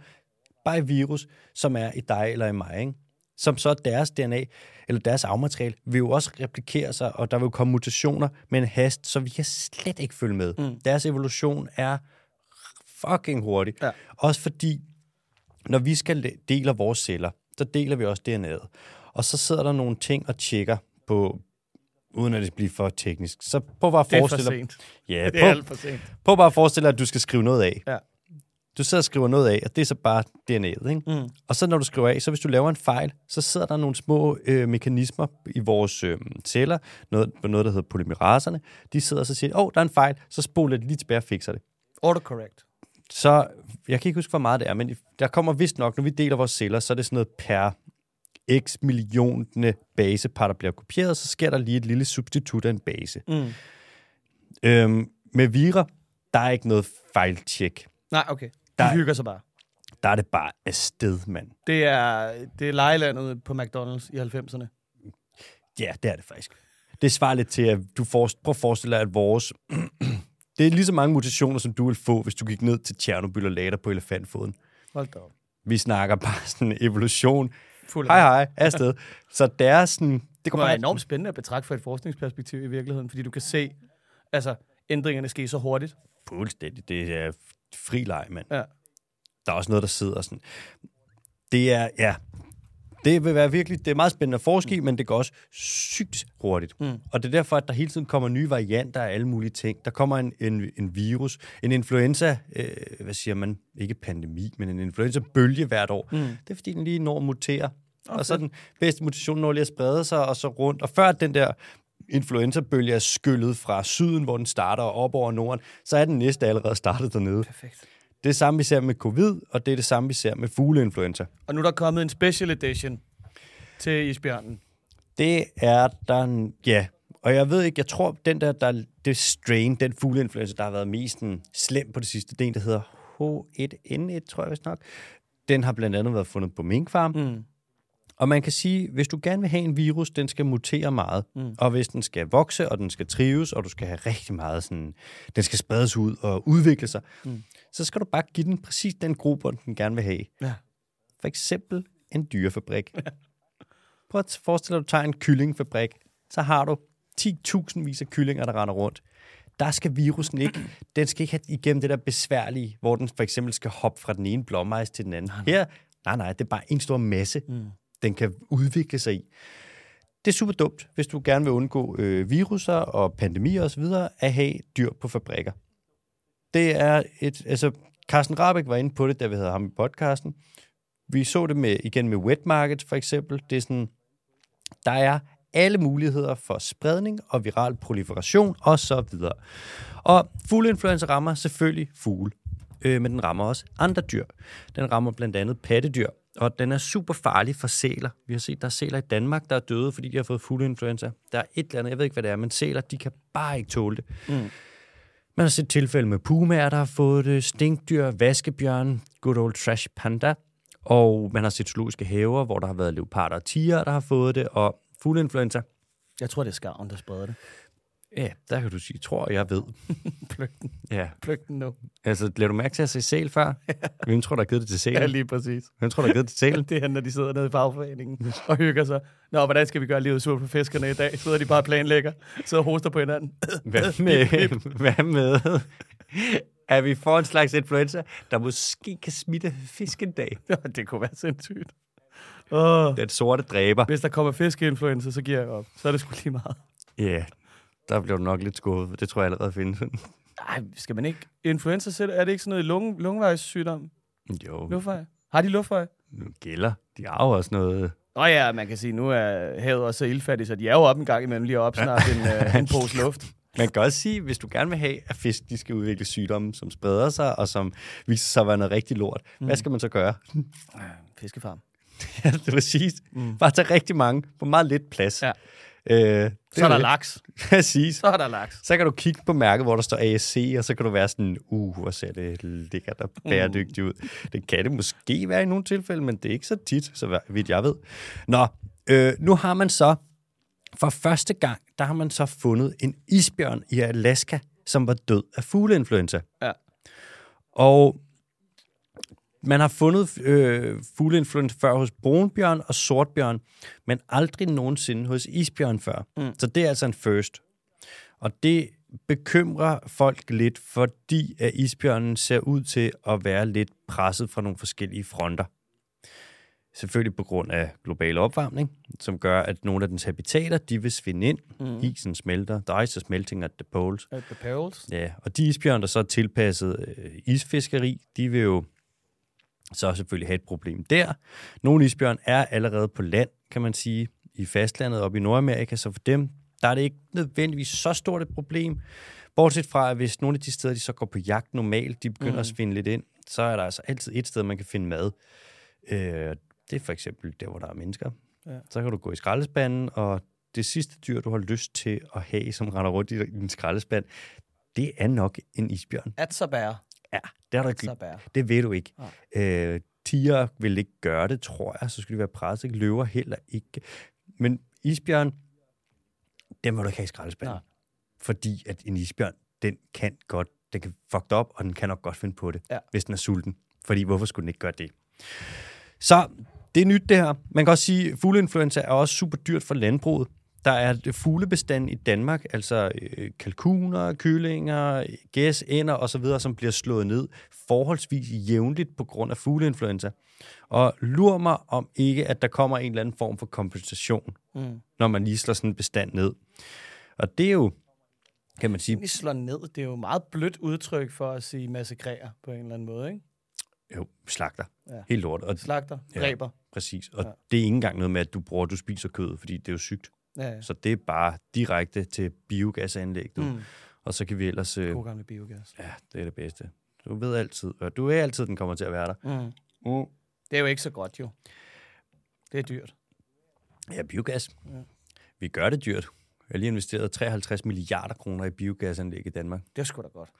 [SPEAKER 1] Bare i virus, som er i dig eller i mig, ikke? Som så deres DNA, eller deres afmateriale, vil jo også replikere sig, og der vil jo komme mutationer med en hast, så vi kan slet ikke følge med. Mm. Deres evolution er fucking hurtig.
[SPEAKER 2] Ja.
[SPEAKER 1] Også fordi når vi skal deler vores celler, så deler vi også DNA'et. Og så sidder der nogle ting og tjekker på, uden at det bliver for teknisk. Så prøv bare at
[SPEAKER 2] det er for
[SPEAKER 1] forestille dig...
[SPEAKER 2] sent.
[SPEAKER 1] Ja,
[SPEAKER 2] Det er
[SPEAKER 1] prøv,
[SPEAKER 2] alt for sent.
[SPEAKER 1] prøv bare at forestille dig, at du skal skrive noget af.
[SPEAKER 2] Ja.
[SPEAKER 1] Du sidder og skriver noget af, og det er så bare DNA'et, ikke? Mm. Og så når du skriver af, så hvis du laver en fejl, så sidder der nogle små øh, mekanismer i vores øh, celler, noget, noget, der hedder polymeraserne. De sidder og så siger, åh, oh, der er en fejl, så spoler det lige tilbage og fikser det
[SPEAKER 2] Autocorrect.
[SPEAKER 1] så, jeg kan ikke huske, hvor meget det er, men der kommer vist nok, når vi deler vores celler, så er det sådan noget per x milliontende basepar, der bliver kopieret, så sker der lige et lille substitut af en base.
[SPEAKER 2] Mm.
[SPEAKER 1] Øhm, med vira, der er ikke noget fejltjek.
[SPEAKER 2] Nej, okay. De
[SPEAKER 1] Der-
[SPEAKER 2] hygger sig bare.
[SPEAKER 1] Der er det bare afsted, mand.
[SPEAKER 2] Det er, det er lejelandet på McDonald's i 90'erne.
[SPEAKER 1] Ja, det er det faktisk. Det svarer lidt til, at du for, prøv at forestille dig, at vores... det er lige så mange mutationer, som du vil få, hvis du gik ned til Tjernobyl og lagde dig på elefantfoden.
[SPEAKER 2] Hold da op.
[SPEAKER 1] Vi snakker bare sådan evolution.
[SPEAKER 2] Fuld
[SPEAKER 1] Hej, hej, afsted. så det er sådan... Det
[SPEAKER 2] Det
[SPEAKER 1] går
[SPEAKER 2] var
[SPEAKER 1] bare
[SPEAKER 2] enormt spændende at betragte fra et forskningsperspektiv i virkeligheden, fordi du kan se, altså, ændringerne sker så hurtigt.
[SPEAKER 1] Fuldstændig. Det er fri leg, mand.
[SPEAKER 2] Ja.
[SPEAKER 1] Der er også noget, der sidder sådan. Det er, ja, det vil være virkelig, det er meget spændende at forske i, men det går også sygt hurtigt. Mm. Og det er derfor, at der hele tiden kommer nye varianter af alle mulige ting. Der kommer en, en, en virus, en influenza, øh, hvad siger man, ikke pandemi, men en influenza-bølge hvert år. Mm. Det er fordi, den lige når at mutere. Okay. Og så den bedste mutation når lige at sprede sig, og så rundt. Og før den der influenza-bølge er skyllet fra syden, hvor den starter, og op over Norden, så er den næste allerede startet dernede.
[SPEAKER 2] Perfekt.
[SPEAKER 1] Det er det samme, vi ser med covid, og det er det samme, vi ser med fugleinfluenza.
[SPEAKER 2] Og nu er der kommet en special edition til isbjørnen.
[SPEAKER 1] Det er der, en- ja. Og jeg ved ikke, jeg tror, den der, der det strain, den fugleinfluenza, der har været mest sådan, slem på det sidste, det er en, der hedder H1N1, tror jeg vist nok. Den har blandt andet været fundet på minkfarm. Mm. Og man kan sige, hvis du gerne vil have en virus, den skal mutere meget. Mm. Og hvis den skal vokse, og den skal trives, og du skal have rigtig meget sådan, den skal spredes ud og udvikle sig, mm. så skal du bare give den præcis den gruppe, den gerne vil have.
[SPEAKER 2] Ja.
[SPEAKER 1] For eksempel en dyrefabrik. Prøv at forestille dig, at du tager en kyllingfabrik. Så har du 10.000 vis af kyllinger, der render rundt. Der skal virusen ikke, den skal ikke have igennem det der besværlige, hvor den for eksempel skal hoppe fra den ene blommejs til den anden. Her, nej nej, det er bare en stor masse, mm. den kan udvikle sig i. Det er super dumt, hvis du gerne vil undgå øh, viruser og pandemier osv., at have dyr på fabrikker. Det er et, altså, Carsten Rabeck var inde på det, da vi havde ham i podcasten. Vi så det med, igen med wet market for eksempel. Det er sådan, der er alle muligheder for spredning og viral proliferation og så videre. Og fugleinfluenza rammer selvfølgelig fugle, øh, men den rammer også andre dyr. Den rammer blandt andet pattedyr, og den er super farlig for sæler. Vi har set, der er sæler i Danmark, der er døde, fordi de har fået fugleinfluenza. Der er et eller andet, jeg ved ikke, hvad det er, men sæler, de kan bare ikke tåle det. Man har set tilfælde med pumaer, der har fået det, stinkdyr, vaskebjørn, good old trash panda, og man har set zoologiske haver, hvor der har været leoparder og tiger, der har fået det, og fugleinfluenza.
[SPEAKER 2] Jeg tror, det er skarven, der spreder det.
[SPEAKER 1] Ja, der kan du sige, tror jeg ved.
[SPEAKER 2] Pløk den,
[SPEAKER 1] Ja,
[SPEAKER 2] pløk den nu.
[SPEAKER 1] altså, lader du mærke til at se sæl før? Hvem tror, der har givet det til
[SPEAKER 2] Ja,
[SPEAKER 1] sælen?
[SPEAKER 2] lige præcis.
[SPEAKER 1] Hvem tror, der har givet det til sælen?
[SPEAKER 2] Det er, når de sidder nede i fagforeningen og hygger sig. Nå, hvordan skal vi gøre livet surt for fiskerne i dag? Sidder de bare og planlægger, sidder og hoster på hinanden.
[SPEAKER 1] Hvad med, hvad med, at vi får en slags influenza, der måske kan smitte fisk en dag?
[SPEAKER 2] det kunne være sindssygt. Oh.
[SPEAKER 1] Den sorte dræber.
[SPEAKER 2] Hvis der kommer fiskeinfluenza, så giver jeg op. Så er det sgu lige meget.
[SPEAKER 1] Ja, yeah. der blev du nok lidt skuffet. Det tror jeg allerede findes.
[SPEAKER 2] Nej, skal man ikke? Influenza, selv- er det ikke sådan noget lunge, lungevejssygdom?
[SPEAKER 1] jo,
[SPEAKER 2] Luftveje? Har de luftveje?
[SPEAKER 1] Nu gælder. De har jo også noget...
[SPEAKER 2] Nå ja, man kan sige, nu er havet også så ildfattigt, så de er jo op en gang imellem lige at opsnappe en, øh, en pose luft.
[SPEAKER 1] Man kan også sige, hvis du gerne vil have, at fisk de skal udvikle sygdomme, som spreder sig, og som viser sig at være noget rigtig lort, mm. hvad skal man så gøre?
[SPEAKER 2] Fiskefarm.
[SPEAKER 1] ja, det er præcis. Mm. Bare tage rigtig mange på meget lidt plads.
[SPEAKER 2] Ja.
[SPEAKER 1] Øh, det
[SPEAKER 2] Så er der
[SPEAKER 1] det.
[SPEAKER 2] laks.
[SPEAKER 1] Præcis.
[SPEAKER 2] Så er der laks.
[SPEAKER 1] Så kan du kigge på mærket, hvor der står ASC, og så kan du være sådan, uh, hvor ser det lækkert og
[SPEAKER 2] Mm.
[SPEAKER 1] bæredygtigt ud. Det kan det måske være i nogle tilfælde, men det er ikke så tit, så vidt jeg ved. Nå, øh, nu har man så, for første gang, der har man så fundet en isbjørn i Alaska, som var død af fugleinfluenza.
[SPEAKER 2] Ja.
[SPEAKER 1] Og man har fundet øh, fugleinfluenza før hos brunbjørn og sortbjørn, men aldrig nogensinde hos isbjørn før. Mm. Så det er altså en first. Og det bekymrer folk lidt, fordi at isbjørnen ser ud til at være lidt presset fra nogle forskellige fronter. Selvfølgelig på grund af global opvarmning, som gør, at nogle af dens habitater, de vil svinde ind. Mm. Isen smelter. The ice is melting at the poles.
[SPEAKER 2] At the perils.
[SPEAKER 1] Ja, og de isbjørn, der så er tilpasset øh, isfiskeri, de vil jo så selvfølgelig have et problem der. Nogle isbjørn er allerede på land, kan man sige, i fastlandet oppe i Nordamerika, så for dem, der er det ikke nødvendigvis så stort et problem. Bortset fra, at hvis nogle af de steder, de så går på jagt normalt, de begynder mm. at svinde lidt ind, så er der altså altid et sted, man kan finde mad. Øh, det er for eksempel der, hvor der er mennesker. Ja. Så kan du gå i skraldespanden, og det sidste dyr, du har lyst til at have, som render rundt i din skraldespand, det er nok en isbjørn.
[SPEAKER 2] At så bære.
[SPEAKER 1] Ja, det er der
[SPEAKER 2] Så
[SPEAKER 1] ikke.
[SPEAKER 2] bære.
[SPEAKER 1] Det ved du ikke. Øh, tiger vil ikke gøre det, tror jeg. Så skal de være presset. Løver heller ikke. Men isbjørn, den må du ikke have i skraldespanden.
[SPEAKER 2] Nej.
[SPEAKER 1] Fordi at en isbjørn, den kan godt, den kan fuck det op, og den kan nok godt finde på det,
[SPEAKER 2] Ja.
[SPEAKER 1] hvis den er sulten. Fordi hvorfor skulle den ikke gøre det? Så det er nyt det her. Man kan også sige, at fugleinfluenza er også super dyrt for landbruget. Der er fuglebestanden i Danmark, altså øh, kalkuner, kyllinger, gæs, ænder osv., som bliver slået ned forholdsvis jævnligt på grund af fugleinfluenza. Og lur mig om ikke, at der kommer en eller anden form for kompensation, mm. når man lige slår sådan en bestand ned. Og det er jo, kan man sige,
[SPEAKER 2] Egentlig slår ned, det er jo et meget blødt udtryk for at sige massakrere på en eller anden måde, ikke?
[SPEAKER 1] jo, slagter.
[SPEAKER 2] Ja.
[SPEAKER 1] Ja. Helt lort. Og,
[SPEAKER 2] Slagter,
[SPEAKER 1] Ja.
[SPEAKER 2] dræber.
[SPEAKER 1] præcis. Og ja. det er ikke engang noget med, at du bruger, du spiser kød, fordi det er jo sygt.
[SPEAKER 2] Ja, ja.
[SPEAKER 1] Så det er bare direkte til biogasanlæg, du. Mm. Og så kan vi ellers... Øh,
[SPEAKER 2] God gamle biogas.
[SPEAKER 1] ja, det er det bedste. Du ved altid. og Du er altid, den kommer til at være der.
[SPEAKER 2] Mm.
[SPEAKER 1] Mm.
[SPEAKER 2] Det er jo ikke så godt, jo. Det er dyrt.
[SPEAKER 1] Ja, biogas. Ja. Vi gør det dyrt. Jeg har lige investeret 53 milliarder kroner i biogasanlæg i Danmark.
[SPEAKER 2] Det er sgu da godt.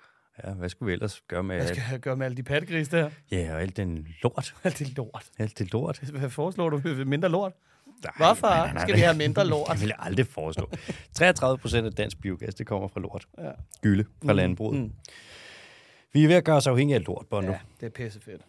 [SPEAKER 1] Ja, hvad skulle vi ellers gøre med...
[SPEAKER 2] Hvad
[SPEAKER 1] Skal...
[SPEAKER 2] skal jeg gøre med alle de pattegris der?
[SPEAKER 1] Ja, og alt den lort.
[SPEAKER 2] Alt det lort.
[SPEAKER 1] Alt det lort.
[SPEAKER 2] Hvad foreslår du? Mindre lort?
[SPEAKER 1] Nej,
[SPEAKER 2] Hvorfor
[SPEAKER 1] nej, nej, nej,
[SPEAKER 2] skal
[SPEAKER 1] nej.
[SPEAKER 2] vi have mindre lort?
[SPEAKER 1] Det vil jeg aldrig foreslå. 33 procent af dansk biogas, det kommer fra lort.
[SPEAKER 2] Ja.
[SPEAKER 1] Gylde fra mm. landbruget. Mm. Vi er ved at gøre os afhængige af lort, Bondo. Ja.
[SPEAKER 2] Ja, det er pissefedt.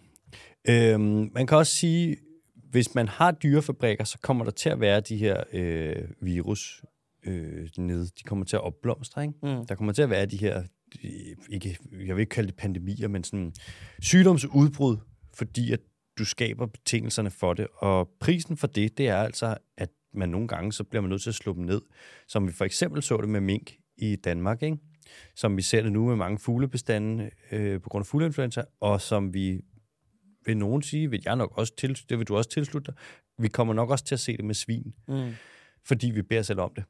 [SPEAKER 1] Øhm, man kan også sige, hvis man har dyrefabrikker, så kommer der til at være de her øh, virus øh, nede. De kommer til at opblomstre, ikke? Mm. Der kommer til at være de her, øh, ikke, jeg vil ikke kalde det pandemier, men sådan sygdomsudbrud, fordi at du skaber betingelserne for det. Og prisen for det, det er altså, at man nogle gange, så bliver man nødt til at slå dem ned. Som vi for eksempel så det med mink i Danmark, ikke? Som vi ser det nu med mange fuglebestande øh, på grund af fugleinfluenza, og som vi vil nogen sige, vil jeg nok også til, det vil du også tilslutte dig, vi kommer nok også til at se det med svin,
[SPEAKER 2] Mm.
[SPEAKER 1] fordi vi beder selv om det.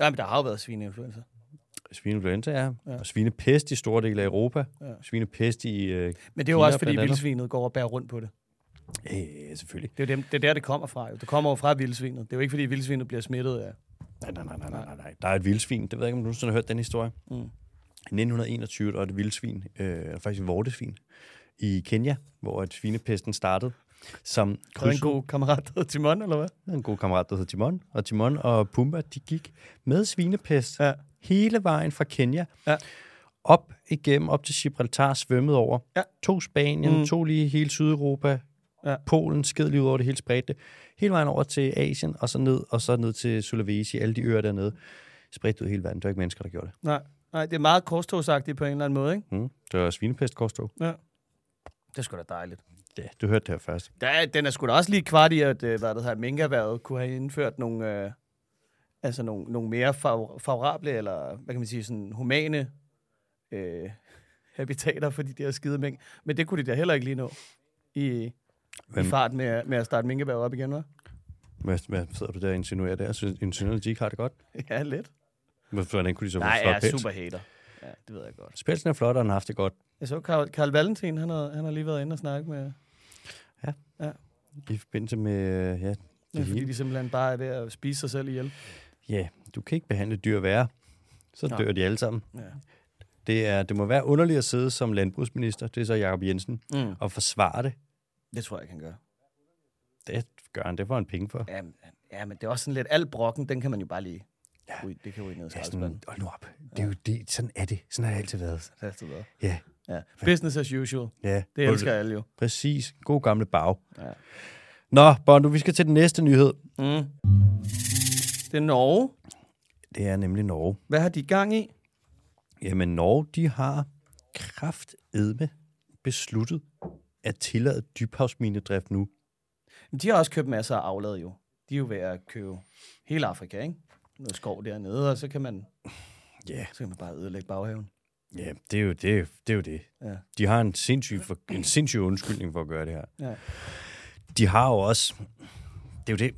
[SPEAKER 2] Ja, men der har jo været svineinfluenza.
[SPEAKER 1] Svineinfluenza er, ja. og svinepest i store dele af Europa, ja. svinepest i... Øh,
[SPEAKER 2] Men det er jo
[SPEAKER 1] Kina
[SPEAKER 2] også, fordi
[SPEAKER 1] blandt andet.
[SPEAKER 2] vildsvinet går og bærer rundt på det.
[SPEAKER 1] øh, selvfølgelig.
[SPEAKER 2] Det er, jo dem, det er der, det kommer fra. Jo. Det kommer jo fra vildsvinet. Det er jo ikke, fordi vildsvinet bliver smittet af...
[SPEAKER 1] Nej, nej, nej, nej, nej, nej, nej. Der er et vildsvin, det ved jeg ikke, om du nogensinde har hørt den historie. Mm. I 1921, der var et vildsvin, øh, eller faktisk et vortesvin, i Kenya, hvor et svinepesten startede, som
[SPEAKER 2] Havde en
[SPEAKER 1] krydsede
[SPEAKER 2] god kammerat, der hedder Timon, eller hvad?
[SPEAKER 1] Jeg havde en god kammerat, der hed Timon, og Timon og Pumba, de gik med svinepest
[SPEAKER 2] Ja.
[SPEAKER 1] ja. hele vejen fra Kenya
[SPEAKER 2] Ja.
[SPEAKER 1] op igennem, op til Gibraltar, svømmede over.
[SPEAKER 2] Ja.
[SPEAKER 1] To Spanien, mm. to lige hele Sydeuropa,
[SPEAKER 2] Ja.
[SPEAKER 1] ja. Polen, sked lige ud over det hele spredte. det. Hele vejen over til Asien, og så ned, og så ned til Sulawesi, alle de øer dernede. Spredte ud i hele verden. Det var ikke mennesker, der gjorde det.
[SPEAKER 2] Nej, nej, det er meget korstogsagtigt på en eller anden måde, ikke?
[SPEAKER 1] Mm. Det var svinepest, Korstog.
[SPEAKER 2] Ja. Det er sgu da dejligt.
[SPEAKER 1] Ja, du hørte det her først.
[SPEAKER 2] Der er, den er sgu da også lige kvart i, at øh, hvad det her, minkerværet kunne have indført nogle, øh, altså nogle, nogle mere favor- favorable, eller hvad kan man sige, sådan humane øh, habitater for de der skide mink. Men det kunne de da heller ikke lige nå i, i
[SPEAKER 1] Hvem?
[SPEAKER 2] fart med, at- med at starte minkerværet op igen, hva'?
[SPEAKER 1] Hvad, hvad sidder du der og insinuerer der? Synes, insinuerer de ikke har det godt?
[SPEAKER 2] Ja, lidt.
[SPEAKER 1] Hvorfor hvordan kunne de så få
[SPEAKER 2] Nej, jeg
[SPEAKER 1] flot
[SPEAKER 2] er
[SPEAKER 1] pels?
[SPEAKER 2] super hater. Ja, det ved jeg godt.
[SPEAKER 1] Pelsen er flot, og han har haft det godt.
[SPEAKER 2] Jeg så Carl, Carl Valentin, han har, han har lige været inde og snakke med,
[SPEAKER 1] I forbindelse med, øh, ja, det
[SPEAKER 2] fordi
[SPEAKER 1] hele.
[SPEAKER 2] de simpelthen bare er ved at spise sig selv ihjel.
[SPEAKER 1] ja, yeah, du kan ikke behandle dyr værre. Så
[SPEAKER 2] Nej.
[SPEAKER 1] dør de alle sammen.
[SPEAKER 2] Ja.
[SPEAKER 1] Det, er, det må være underligt at sidde som landbrugsminister, det er så Jacob Jensen,
[SPEAKER 2] Mm.
[SPEAKER 1] og forsvare det.
[SPEAKER 2] Det tror jeg, jeg kan gøre.
[SPEAKER 1] Det gør han, det får han penge for.
[SPEAKER 2] Ja, men- ja, men det er også sådan lidt, alt brokken, den kan man jo bare lige... Ja. Ui, det kan jo ikke ned i
[SPEAKER 1] Ja,
[SPEAKER 2] skraldespanden.
[SPEAKER 1] sådan, hold nu op. Det er jo det, sådan er det. Sådan har det altid været.
[SPEAKER 2] Så er det bedre.
[SPEAKER 1] Ja,
[SPEAKER 2] Ja. Business as usual.
[SPEAKER 1] ja.
[SPEAKER 2] Det elsker alle jo.
[SPEAKER 1] Præcis. God gamle bag.
[SPEAKER 2] Ja.
[SPEAKER 1] Nå, Bondo, vi skal til den næste nyhed.
[SPEAKER 2] Mm. Det er Norge.
[SPEAKER 1] Det er nemlig Norge.
[SPEAKER 2] Hvad har de gang i?
[SPEAKER 1] Jamen, Norge, de har kraftedme besluttet at tillade dybhavsminedrift nu.
[SPEAKER 2] Men De har også købt masser af aflad jo. De er jo ved at købe hele Afrika, ikke? Noget skov dernede, og så kan man,
[SPEAKER 1] Ja,
[SPEAKER 2] så kan man bare ødelægge baghaven.
[SPEAKER 1] ja det, er jo, det, er- det er jo det.
[SPEAKER 2] Ja.
[SPEAKER 1] De har en sindssyg, for, en sindssyg undskyldning for at gøre det her.
[SPEAKER 2] Ja.
[SPEAKER 1] De har jo også... Det er jo det.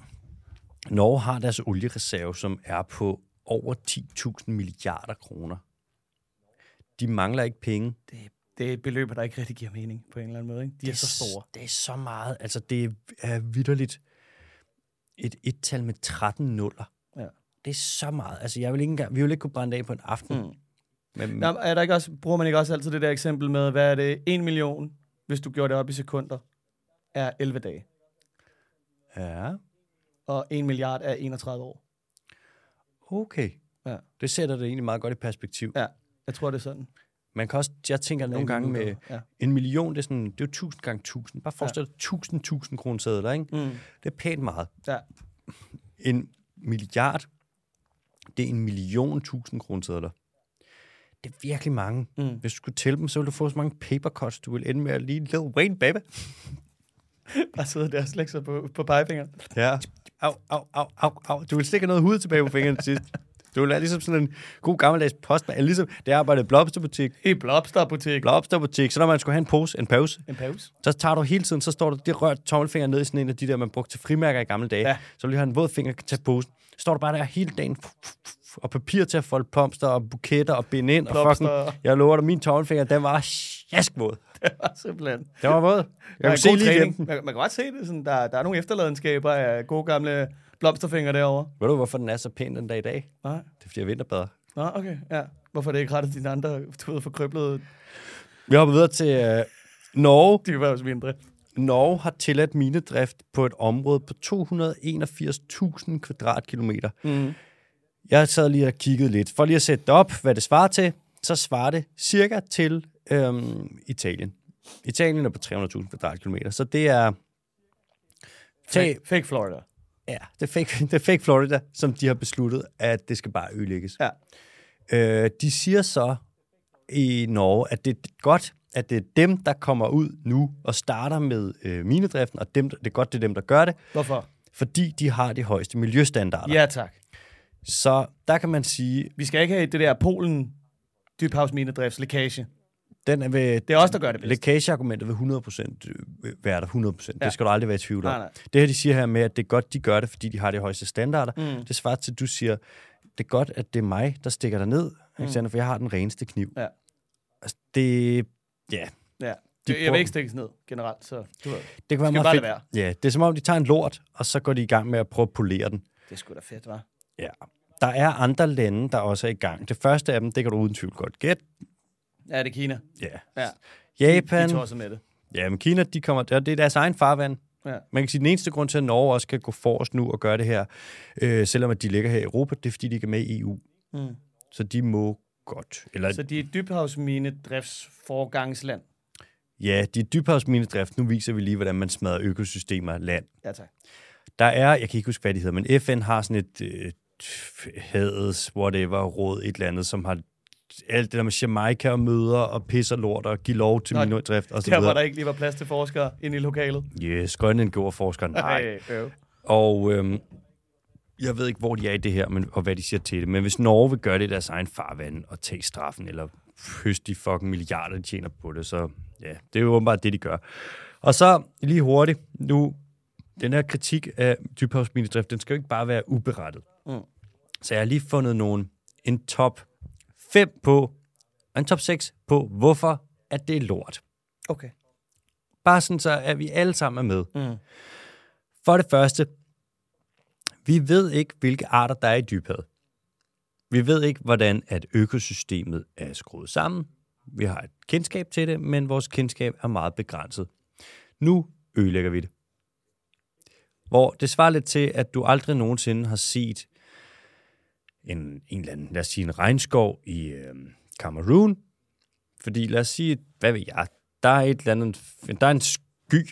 [SPEAKER 1] Norge har deres oliereserve, som er på over 10.000 milliarder kroner. De mangler ikke penge.
[SPEAKER 2] Det, det er et beløb, der ikke rigtig giver mening på en eller anden måde, ikke? De er så store.
[SPEAKER 1] Det er så meget. Altså, det er vidderligt et et-tal med 13 nuller.
[SPEAKER 2] Ja.
[SPEAKER 1] Det er så meget. Altså, jeg vil ikke engang, vi vil ikke kunne brænde det af på en aften.
[SPEAKER 2] Mm.
[SPEAKER 1] Men,
[SPEAKER 2] Nå, men er der ikke også, bruger man ikke også altid det der eksempel med, hvad er det, en million, hvis du gjorde det op i sekunder, er 11 dage,
[SPEAKER 1] ja,
[SPEAKER 2] og en milliard er 31 år.
[SPEAKER 1] okay.
[SPEAKER 2] Ja.
[SPEAKER 1] Det sætter det egentlig meget godt i perspektiv.
[SPEAKER 2] Ja, jeg tror, det er sådan.
[SPEAKER 1] Man kan også, jeg tænker nogle gange med
[SPEAKER 2] Ja.
[SPEAKER 1] en million, det er, sådan, det er jo 1000 gange 1000. Bare forestil dig 1000, 1000 kroner sædler, ikke?
[SPEAKER 2] Mm.
[SPEAKER 1] Det er pænt meget.
[SPEAKER 2] ja.
[SPEAKER 1] En milliard, det er en million 1000 kroner sædler. Det er virkelig mange.
[SPEAKER 2] Mm.
[SPEAKER 1] Hvis du skulle tælle dem, så ville du få så mange paper cuts, du ville ende med at lige little Wayne, baby.
[SPEAKER 2] Bare sidde der og slække sig på, på pegefingeren.
[SPEAKER 1] Ja. Au, au, au, au, au. Du vil stikke noget hud tilbage på fingeren til sidst. Du vil være ligesom sådan en god gammeldags postmand. Eller Ligesom, det jeg arbejdede i blomsterbutik.
[SPEAKER 2] I blobsterbutik.
[SPEAKER 1] Blomsterbutik. Så når man skulle have en pose, en pose,
[SPEAKER 2] En pause.
[SPEAKER 1] så tager du hele tiden, så står du det rørt tommelfinger ned i sådan en af de der, man brugte til frimærker i gamle dage.
[SPEAKER 2] Ja.
[SPEAKER 1] Ja. Så vil du have en våd finger, kan tage posen. Så står du bare der hele dagen, f- f- f- og papir til at folde blomster og buketter og binde ind. Og fucking,
[SPEAKER 2] Blomster.
[SPEAKER 1] jeg lover dig, min tommelfinger, den var sjaskvåd.
[SPEAKER 2] Det var simpelthen...
[SPEAKER 1] Den var våd. Jeg
[SPEAKER 2] Der
[SPEAKER 1] kunne
[SPEAKER 2] er
[SPEAKER 1] se
[SPEAKER 2] god
[SPEAKER 1] lige
[SPEAKER 2] træning.
[SPEAKER 1] igennem den.
[SPEAKER 2] Man, man kan godt se det. Sådan, der, der er nogle efterladenskaber af gode gamle blomsterfingre derovre.
[SPEAKER 1] Ved du, hvorfor den er så pæn den dag i dag?
[SPEAKER 2] Nej.
[SPEAKER 1] Det er, fordi jeg vinterbader.
[SPEAKER 2] Nå, okay. Ja. Hvorfor er det ikke rettet dine andre, du ved, forkrøblede
[SPEAKER 1] Vi hopper videre til øh, Norge.
[SPEAKER 2] dyber hos mindre?
[SPEAKER 1] Norge har tilladt minedrift på et område på 281.000 kvadratkilometer.
[SPEAKER 2] Mm.
[SPEAKER 1] Jeg sad lige og kiggede lidt. For lige at sætte det op, hvad det svarer til, så svarer det cirka til øhm, Italien. Italien er på 300.000 kvadratkilometer, så det er... Tag,
[SPEAKER 2] Fake, fake Florida.
[SPEAKER 1] ja, det fik, det fik Florida, som de har besluttet, at det skal bare ødelægges.
[SPEAKER 2] Ja.
[SPEAKER 1] Øh, de siger så i Norge, at det er godt, at det er dem, der kommer ud nu og starter med øh, minedriften, og dem, det er godt, det er dem, der gør det,
[SPEAKER 2] Hvorfor?
[SPEAKER 1] fordi de har de højeste miljøstandarder.
[SPEAKER 2] Ja, tak.
[SPEAKER 1] Så der kan man sige,
[SPEAKER 2] Vi skal ikke have det der Polen dybhavsminedriftslækage.
[SPEAKER 1] den er ved,
[SPEAKER 2] Det er os, der gør det bedst.
[SPEAKER 1] lækageargumentet vil 100% øh, være der 100%. Ja. Det skal du aldrig være i tvivl om.
[SPEAKER 2] Nej, nej.
[SPEAKER 1] Det her, de siger her med, at det er godt, de gør det, fordi de har de højeste standarder, mm. det svarer til, at du siger, det er godt, at det er mig, der stikker dig ned,
[SPEAKER 2] Mm.
[SPEAKER 1] Alexander, for jeg har den reneste kniv.
[SPEAKER 2] Ja.
[SPEAKER 1] Altså, det, ja,
[SPEAKER 2] Ja.
[SPEAKER 1] De
[SPEAKER 2] jeg
[SPEAKER 1] bruger-
[SPEAKER 2] vil ikke stikkes ned generelt, så du ved.
[SPEAKER 1] det kan være
[SPEAKER 2] Skal
[SPEAKER 1] meget
[SPEAKER 2] bare
[SPEAKER 1] fedt.
[SPEAKER 2] lade
[SPEAKER 1] Ja, det er som om, de tager en lort, og så går de i gang med at prøve at polere den.
[SPEAKER 2] Det er sgu da fedt, var.
[SPEAKER 1] Ja. Der er andre lande, der også er i gang. Det første af dem, det kan du uden tvivl godt gætte.
[SPEAKER 2] Ja, det er Kina.
[SPEAKER 1] Ja.
[SPEAKER 2] Ja.
[SPEAKER 1] Japan.
[SPEAKER 2] De tog også med det.
[SPEAKER 1] Ja, men Kina, de kommer, og det er deres egen farvand.
[SPEAKER 2] Ja.
[SPEAKER 1] Man kan sige, at den eneste grund til, at Norge også kan gå forrest nu og gøre det her, øh, selvom at de ligger her i Europa, det er, fordi de ikke er med i EU.
[SPEAKER 2] Mm.
[SPEAKER 1] Så de må godt. Eller,
[SPEAKER 2] Så
[SPEAKER 1] så...
[SPEAKER 2] de er dybhavsminedriftsforgangsland.
[SPEAKER 1] ja, de er dybhavsminedrift. Nu viser vi lige, hvordan man smadrer økosystemer af land.
[SPEAKER 2] Ja, tak.
[SPEAKER 1] Der er, jeg kan ikke huske, hvad det hedder, men FN har sådan et øh, hadets, whatever, råd, et eller andet, som har alt det der med Jamaica og møder og pisser lort og give lov til
[SPEAKER 2] Nå,
[SPEAKER 1] minedrift og så
[SPEAKER 2] Der, hvor der
[SPEAKER 1] videre.
[SPEAKER 2] ikke lige var plads til forskere inde i lokalet.
[SPEAKER 1] Yes, grønne NGO-forskere, nej.
[SPEAKER 2] Øh, øh.
[SPEAKER 1] Og øhm, jeg ved ikke, hvor de er i det her, men, og hvad de siger til det. Men hvis Norge vil gøre det i deres egen farvand og tage straffen, eller høste de fucking milliarder, de tjener på det, så ja, det er jo åbenbart det, de gør. Og så lige hurtigt, nu, den her kritik af dybhavsminedrift, den skal jo ikke bare være uberettet.
[SPEAKER 2] Mm.
[SPEAKER 1] Så jeg har lige fundet nogen, en top 5 på, og en top 6 på, hvorfor at det er lort.
[SPEAKER 2] Okay.
[SPEAKER 1] Bare sådan så, at vi alle sammen er med.
[SPEAKER 2] Mm.
[SPEAKER 1] For det første, Vi ved ikke, hvilke arter der er i dybhavet. Vi ved ikke, hvordan at økosystemet er skruet sammen. Vi har et kendskab til det, men vores kendskab er meget begrænset. Nu ødelægger vi det. Hvor det svarer lidt til, at du aldrig nogensinde har set en, en eller anden, lad os sige, en regnskov i øh, Cameroon. Fordi lad os sige, hvad ved jeg, der er et eller andet, der er en sky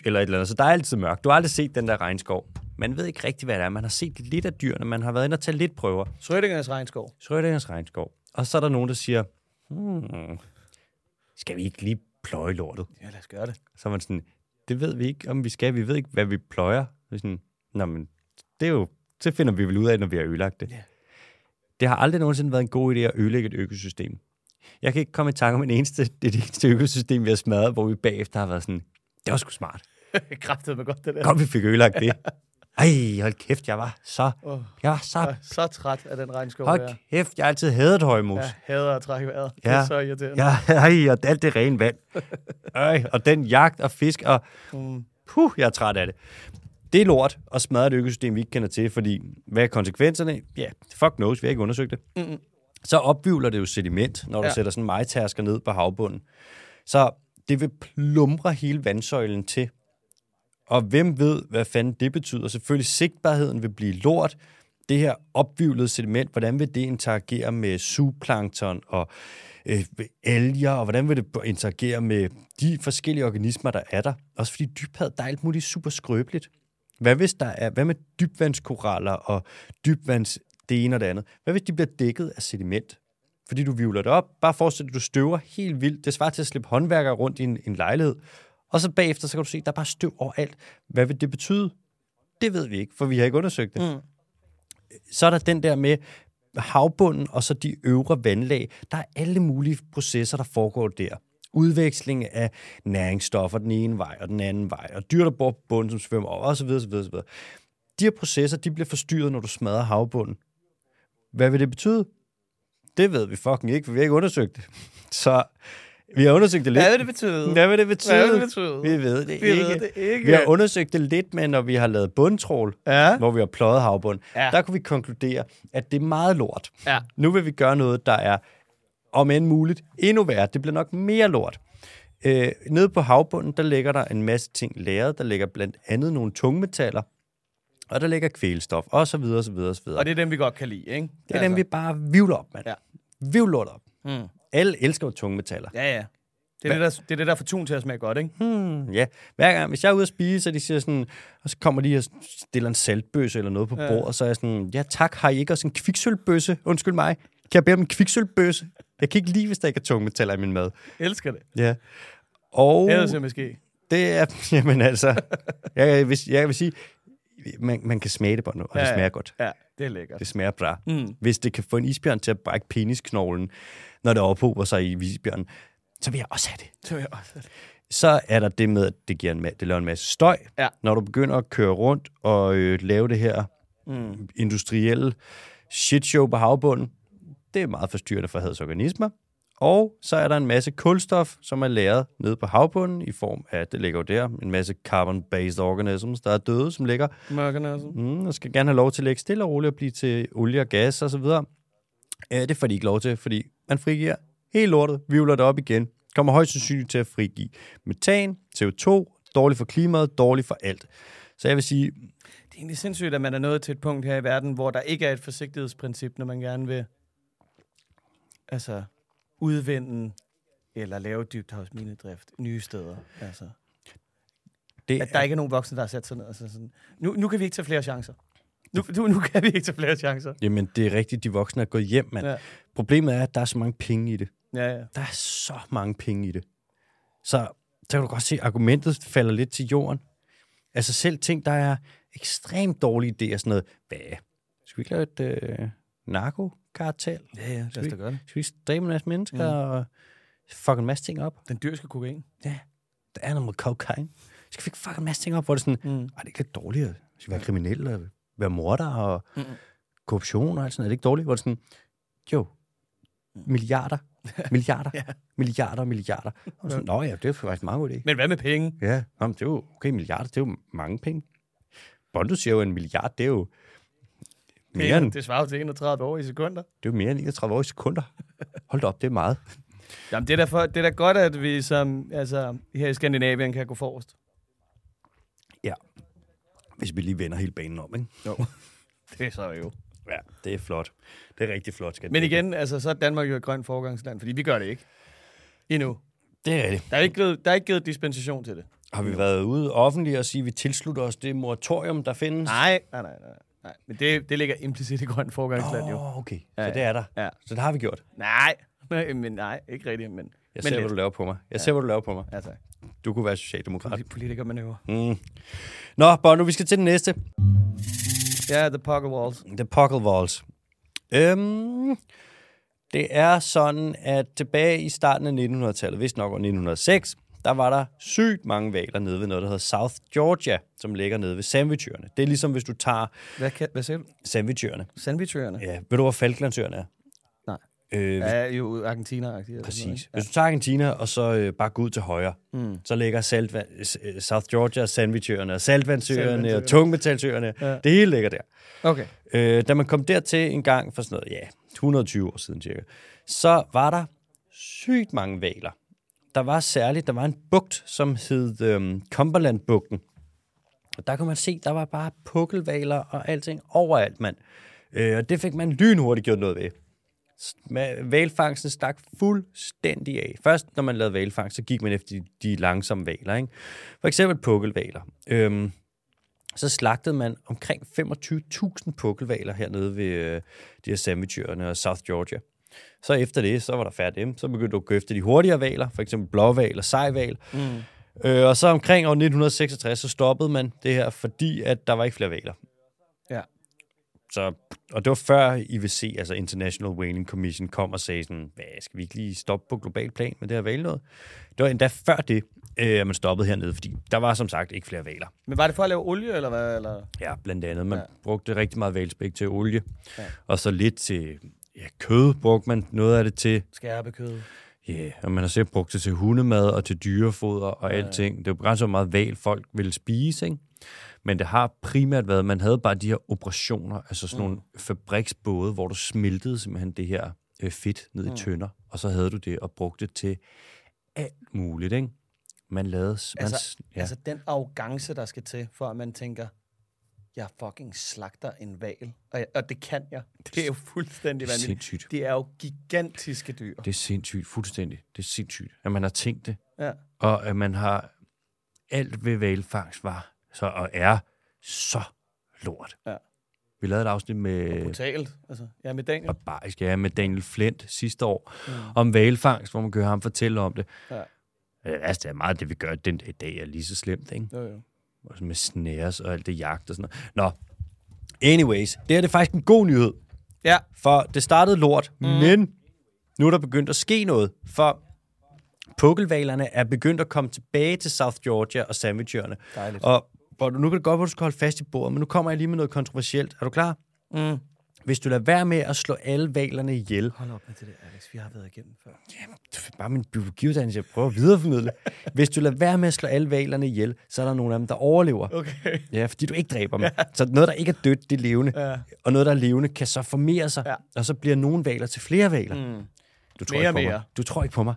[SPEAKER 1] eller et eller andet, så der er altid mørkt. Du har aldrig set den der regnskov. Man ved ikke rigtig, hvad det er. Man har set lidt af dyrene, man har været inde og tage lidt prøver.
[SPEAKER 2] Schrödingers regnskov.
[SPEAKER 1] Schrödingers regnskov. Og så er der nogen, der siger, hmm, skal vi ikke lige pløje lortet?
[SPEAKER 2] Ja, lad os gøre det.
[SPEAKER 1] Så er man sådan, det ved vi ikke, om vi skal. Vi ved ikke, hvad vi pløjer. Vi er sådan, Nå, men det er jo, det finder vi vel ud af, når vi har ødelagt det.
[SPEAKER 2] Ja.
[SPEAKER 1] Det har aldrig nogensinde været en god idé at ødelægge et økosystem. Jeg kan ikke komme i tanke om en eneste, det er det eneste økosystem, vi har smadret, hvor vi bagefter har været sådan, det var sgu smart.
[SPEAKER 2] Kræftede mig godt, det der.
[SPEAKER 1] Godt, vi fik ødelagt det. Ej, hold kæft, jeg var så,
[SPEAKER 2] Åh,
[SPEAKER 1] jeg var så,
[SPEAKER 2] jeg er så træt af den regnskov der.
[SPEAKER 1] hold kæft, jeg har altid hadet højmos.
[SPEAKER 2] Jeg hader at trække vejret. Ja. Det
[SPEAKER 1] Ja.
[SPEAKER 2] er så irriterende.
[SPEAKER 1] Ja, ej, og alt det rene vand. Øj, og den jagt og fisk, og
[SPEAKER 2] Mm.
[SPEAKER 1] puh, jeg er træt af det. Det er lort at smadre et økosystem, vi ikke kender til, fordi hvad er konsekvenserne? Ja, fuck knows, vi har ikke undersøgt det. Mm-mm. Så opvivler det jo sediment, når du
[SPEAKER 2] Ja.
[SPEAKER 1] ja. sætter sådan en majtærsker ned på havbunden. Så det vil plumre hele vandsøjlen til. Og hvem ved, hvad fanden det betyder? Selvfølgelig sigtbarheden vil blive lort. Det her opvivlede sediment, hvordan vil det interagere med zooplankton og øh, alger, og hvordan vil det interagere med de forskellige organismer, der er der? Også fordi dybhavet, der er alt muligt super skrøbeligt. Hvad hvis der er, hvad med dybvandskoraller og dybvands det ene og det andet? Hvad hvis de bliver dækket af sediment? Fordi du vivler det op, bare forestil dig, at du støver helt vildt. Det svarer til at slippe håndværkere rundt i en, en lejlighed. Og så bagefter, så kan du se, at der er bare støv overalt. Hvad vil det betyde? Det ved vi ikke, for vi har ikke undersøgt det. Mm. Så er der den der med havbunden og så de øvre vandlag. Der er alle mulige processer, der foregår der. Udveksling af næringsstoffer den ene vej og den anden vej, og dyr, der bor på bunden, som svømmer over, osv. osv., osv. De her processer, de bliver forstyrret, når du smadrer havbunden. Hvad vil det betyde? Det ved vi fucking ikke, for vi har ikke undersøgt det. Så vi har undersøgt det lidt.
[SPEAKER 2] Hvad vil det betyde?
[SPEAKER 1] Hvad vil det betyde?
[SPEAKER 2] Hvad vil det betyde?
[SPEAKER 1] Vi ved det
[SPEAKER 2] Vi
[SPEAKER 1] ikke.
[SPEAKER 2] ved det ikke.
[SPEAKER 1] Vi har undersøgt det lidt med, når vi har lavet bundtrål,
[SPEAKER 2] Ja.
[SPEAKER 1] hvor vi har pløjet havbund.
[SPEAKER 2] Ja.
[SPEAKER 1] Der kunne vi konkludere, at det er meget lort.
[SPEAKER 2] Ja.
[SPEAKER 1] Nu vil vi gøre noget, der er, om end muligt, endnu værre. Det bliver nok mere lort. Øh, nede på havbunden, der ligger der en masse ting lagret. Der ligger blandt andet nogle tungmetaller, og der ligger kvælstof, og så videre, så videre, så videre.
[SPEAKER 2] Og det er dem, vi godt kan lide, ikke?
[SPEAKER 1] Det er altså. dem, vi bare vivler op, mand.
[SPEAKER 2] Ja.
[SPEAKER 1] Vivler lort op.
[SPEAKER 2] Mm.
[SPEAKER 1] Alle elsker jo tungmetaller.
[SPEAKER 2] Ja, ja. Det er, det, der, det er det, der får tun til at smage godt, ikke?
[SPEAKER 1] Hmm, ja, hver gang, hvis jeg er ude at spise, så de siger sådan, og så kommer de og stiller en saltbøsse eller noget på ja. bordet, så er jeg sådan, ja tak, har I ikke også en kviksølbøsse? Undskyld mig, kan jeg bede om en kviksølbøsse? Jeg kan ikke lide, hvis der ikke er tungmetaller i min mad.
[SPEAKER 2] Elsker det.
[SPEAKER 1] Ja. Og
[SPEAKER 2] Ellers jeg måske.
[SPEAKER 1] det er, jamen altså, jeg vil, jeg vil sige, man, man kan smage det på nu, og ja, det
[SPEAKER 2] Ja, ja.
[SPEAKER 1] smager godt.
[SPEAKER 2] Ja, det er lækkert.
[SPEAKER 1] Det smager bra. Mm. Hvis det kan få en isbjørn til at brække penisknoglen, når det ophober sig i isbjørnen, så vil jeg også have det
[SPEAKER 2] Det vil jeg også.
[SPEAKER 1] så er der det med, at det, giver en, ma- det laver en masse støj.
[SPEAKER 2] Ja.
[SPEAKER 1] Når du begynder at køre rundt og øh, lave det her mm. industrielle shitshow på havbunden, det er meget forstyrrende for havets organismer. Og så er der en masse kulstof, som er læret nede på havbunden i form af, det ligger jo der, en masse carbon-based organisms, der er døde, som ligger
[SPEAKER 2] Mørkerne og sådan.
[SPEAKER 1] mm, og skal gerne have lov til at ligge stille og roligt og blive til olie og gas og så videre. Øh, det får de ikke lov til, fordi man frigiver helt lortet, vivler det op igen, kommer højst sandsynligt til at frigive metan, CO2, dårligt for klimaet, dårligt for alt. Så jeg vil sige,
[SPEAKER 2] Det er egentlig sindssygt, at man er nået til et punkt her i verden, hvor der ikke er et forsigtighedsprincip, når man gerne vil altså, udvinde eller lave dybthavsminedrift nye steder. Altså,
[SPEAKER 1] det
[SPEAKER 2] at der ikke er nogen voksne, der har sat sig ned. Altså, sådan, nu, nu kan vi ikke tage flere chancer. Nu, nu, nu kan vi ikke tage flere chancer.
[SPEAKER 1] Jamen, det er rigtigt, de voksne er gået hjem, mand.
[SPEAKER 2] Ja.
[SPEAKER 1] Ja. Problemet er, at der er så mange penge i det.
[SPEAKER 2] Ja, ja.
[SPEAKER 1] Der er så mange penge i det. Så der kan du godt se, at argumentet falder lidt til jorden. Altså selv ting, der er ekstremt dårlige idéer, sådan noget, hvad? Skal vi ikke lave et øh, narkokartel?
[SPEAKER 2] Ja, ja, lad os da gøre det.
[SPEAKER 1] Skal vi ikke dræbe en masse mennesker mm. og fuck en masse ting op?
[SPEAKER 2] Den dyrske kokain.
[SPEAKER 1] Ja, der er noget med cocaine. Skal vi ikke fuck en masse ting op, hvor det er sådan, mm. Ej, det er lidt dårligt at skal være kriminel og være morder og mm. korruption og alt sådan noget. Er det ikke dårligt? Hvor det er sådan, jo, milliarder, milliarder, Mm. ja. milliarder, milliarder. Og sådan, Nå ja, det er faktisk en meget god idé.
[SPEAKER 2] Men hvad med penge?
[SPEAKER 1] Ja, Nå, men det er jo, okay, milliarder, det er jo mange penge. Bondo siger jo, en milliard, det er jo Mere end,
[SPEAKER 2] Det svarer jo til 31 år i sekunder.
[SPEAKER 1] det er jo mere end 31 år i sekunder. Hold da op, det er meget.
[SPEAKER 2] Jamen, det er da, for, det er da godt, at vi som, altså, her i Skandinavien kan gå forrest.
[SPEAKER 1] Ja. Hvis vi lige vender hele banen om, ikke? Jo.
[SPEAKER 2] Det er så jo.
[SPEAKER 1] Ja, det er flot. Det er rigtig flot, skal
[SPEAKER 2] Men igen, altså, så er Danmark jo et grønt forgangsland, fordi vi gør det ikke. Endnu.
[SPEAKER 1] Det er rigtigt.
[SPEAKER 2] Der er ikke givet, der er ikke givet dispensation til det.
[SPEAKER 1] Har vi været ude offentligt og sige, at vi tilslutter os det moratorium, der findes?
[SPEAKER 2] Nej, nej, nej, nej. nej. Men det, det ligger implicit i grønt forgangsland, oh. jo.
[SPEAKER 1] Åh, okay.
[SPEAKER 2] Ja,
[SPEAKER 1] Så det er der.
[SPEAKER 2] ja.
[SPEAKER 1] Så det har vi gjort.
[SPEAKER 2] Nej, nej, men nej, ikke rigtigt, men...
[SPEAKER 1] Jeg
[SPEAKER 2] men
[SPEAKER 1] ser, hvad
[SPEAKER 2] lidt. Altså.
[SPEAKER 1] du laver på mig. Jeg ser, hvad du laver på mig.
[SPEAKER 2] Ja, tak.
[SPEAKER 1] Du kunne være socialdemokrat.
[SPEAKER 2] Politikermanøvre.
[SPEAKER 1] Mm. Nå, Bono, vi skal til den næste.
[SPEAKER 2] Ja, yeah, the pocket walls.
[SPEAKER 1] The Puckle Walls. Øhm, det er sådan, at tilbage i starten af 1900-tallet, vist nok år 1906, der var der sygt mange valer nede ved noget, der hedder South Georgia, som ligger nede ved sandwichøerne. Det er ligesom, hvis du tager
[SPEAKER 2] Hvad, kan, hvad siger du?
[SPEAKER 1] sandwichøerne.
[SPEAKER 2] Sandwichøerne?
[SPEAKER 1] Ja, ved du, hvor Falklandsøerne er?
[SPEAKER 2] Nej.
[SPEAKER 1] Øh,
[SPEAKER 2] Ja, jo, argentiner
[SPEAKER 1] Præcis. Hvis du tager Argentina, og så øh, bare går ud til højre, mm. så ligger Saltva- S- øh, South Georgia, og Sandwichøerne, og Saltvandsøerne, og Tungmetalsøerne. Ja. Det hele ligger der.
[SPEAKER 2] Okay.
[SPEAKER 1] Øh, da man kom dertil en gang for sådan noget, ja, 120 år siden cirka, så var der sygt mange valer. Der var særligt, der var en bugt, som hed øhm, Cumberland-bugten. Og der kunne man se, der var bare pukkelvaler og alting overalt, mand. Øh, og det fik man lynhurtigt gjort noget ved. S- ma- Hvalfangsten stak fuldstændig af. Først, når man lavede hvalfangst, så gik man efter de, de langsomme valer. Ikke? For eksempel pukkelvaler. Øhm, så slagtede man omkring 25.000 pukkelvaler hernede ved øh, de her sandwichøerne og South Georgia. Så efter det, så var der færdigt dem. Så begyndte du at gå efter de hurtigere valer, for eksempel blåval og sejval. Mm. Øh, og så omkring år 1966, så stoppede man det her, fordi at der var ikke flere valer.
[SPEAKER 2] Ja.
[SPEAKER 1] Så, og det var før IWC, altså International Whaling Commission, kom og sagde sådan, hvad, skal vi ikke lige stoppe på global plan med det her valnød? Det var endda før det, øh, at man stoppede hernede, fordi der var som sagt ikke flere valer.
[SPEAKER 2] Men var det for at lave olie, eller hvad? Eller?
[SPEAKER 1] Ja, blandt andet. Man ja. brugte rigtig meget valspæk til olie,
[SPEAKER 2] Ja.
[SPEAKER 1] ja. og så lidt til ja, kød brugte man noget af det til.
[SPEAKER 2] Skærbekød.
[SPEAKER 1] Ja, yeah. og man har selv brugt det til hundemad og til dyrefoder og ja. alting. Det er jo begrænset, hvor meget val folk vil spise, ikke? Men det har primært været, man havde bare de her operationer, altså sådan mm. nogle fabriksbåde, hvor du smeltede simpelthen det her øh, fedt ned i tønder, og så havde du det og brugte det til alt muligt, ikke? Man lavede... s- Man,
[SPEAKER 2] Altså,
[SPEAKER 1] s-
[SPEAKER 2] ja. altså den arrogance, der skal til, for at man tænker, jeg fucking slagter en val, og, jeg, og det kan jeg. Det er jo fuldstændig
[SPEAKER 1] det er
[SPEAKER 2] vanvittigt.
[SPEAKER 1] sindssygt.
[SPEAKER 2] Det er jo gigantiske dyr.
[SPEAKER 1] Det er sindssygt, fuldstændig. Det er sindssygt, at man har tænkt det.
[SPEAKER 2] Ja.
[SPEAKER 1] Og at man har alt ved valfangst var så og er så lort.
[SPEAKER 2] Ja.
[SPEAKER 1] Vi lavede et afsnit med
[SPEAKER 2] Brutalt. Altså, ja, med Daniel.
[SPEAKER 1] barbarisk, ja, med Daniel Flint sidste år, om valfangst, hvor man kan høre ham fortælle om det.
[SPEAKER 2] Mm. Ja.
[SPEAKER 1] Øh, Altså, det er meget af det, vi gør den dag i dag, er lige så slemt, ikke?
[SPEAKER 2] Jo, jo.
[SPEAKER 1] Og så med snares og alt det jagt og sådan noget. Nå, anyways, det her det er faktisk en god nyhed.
[SPEAKER 2] Ja,
[SPEAKER 1] For det startede lort,
[SPEAKER 2] Mhm.
[SPEAKER 1] mm. men nu er der begyndt at ske noget, for pukkelvalerne er begyndt at komme tilbage til South Georgia og sandwichøerne.
[SPEAKER 2] Dejligt.
[SPEAKER 1] Og hvor du, nu kan det godt, hvor du skal holde fast i bordet, men nu kommer jeg lige med noget kontroversielt. Er du klar?
[SPEAKER 2] Mm.
[SPEAKER 1] Hvis du lader være med at slå alle valerne ihjel,
[SPEAKER 2] hold op med det der, Alex. Vi har været igennem før.
[SPEAKER 1] det er bare min biologiuddannelse, jeg prøver at videreformidle. Hvis du lader være med at slå alle valerne ihjel, så er der nogle af dem, der overlever.
[SPEAKER 2] Okay.
[SPEAKER 1] Ja, fordi du ikke dræber dem. Ja. Så noget, der ikke er dødt, det er levende.
[SPEAKER 2] Ja.
[SPEAKER 1] Og noget, der er levende, kan så formere sig.
[SPEAKER 2] Ja.
[SPEAKER 1] Og så bliver nogle valer til flere valer. Mm. Du tror
[SPEAKER 2] Mere
[SPEAKER 1] ikke på
[SPEAKER 2] mere.
[SPEAKER 1] mig. Du tror ikke på mig.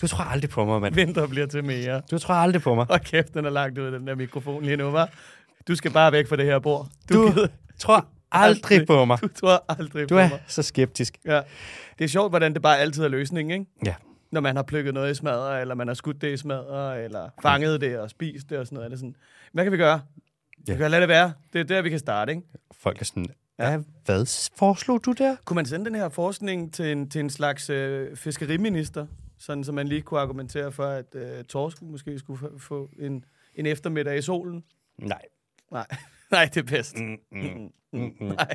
[SPEAKER 1] Du tror aldrig på mig, mand.
[SPEAKER 2] Vinter bliver til mere.
[SPEAKER 1] Du tror aldrig på mig.
[SPEAKER 2] Og kæft, den er langt ud af den der mikrofon lige nu, var. Du skal bare væk fra det her bord. Du,
[SPEAKER 1] Du
[SPEAKER 2] gider-
[SPEAKER 1] tror aldrig på mig.
[SPEAKER 2] Du tror aldrig
[SPEAKER 1] Du
[SPEAKER 2] på
[SPEAKER 1] er
[SPEAKER 2] mig.
[SPEAKER 1] så skeptisk.
[SPEAKER 2] Ja. Det er sjovt, hvordan det bare altid er løsningen, ikke?
[SPEAKER 1] Ja.
[SPEAKER 2] Når man har plukket noget i smadre, eller man har skudt det i smadre, eller fanget det og spist det og sådan noget. Er det sådan, hvad kan vi gøre? Ja.
[SPEAKER 1] Ja.
[SPEAKER 2] Vi kan lade det være. Det er der, vi kan starte, ikke?
[SPEAKER 1] Folk er sådan, ja. hvad s- foreslog du der?
[SPEAKER 2] Kunne man sende den her forskning til en, til en slags øh, fiskeriminister, sådan så man lige kunne argumentere for, at øh, torsken måske skulle få- få en, en eftermiddag i solen?
[SPEAKER 1] Nej.
[SPEAKER 2] Nej, nej, det er bedst. Mm,
[SPEAKER 1] Nej.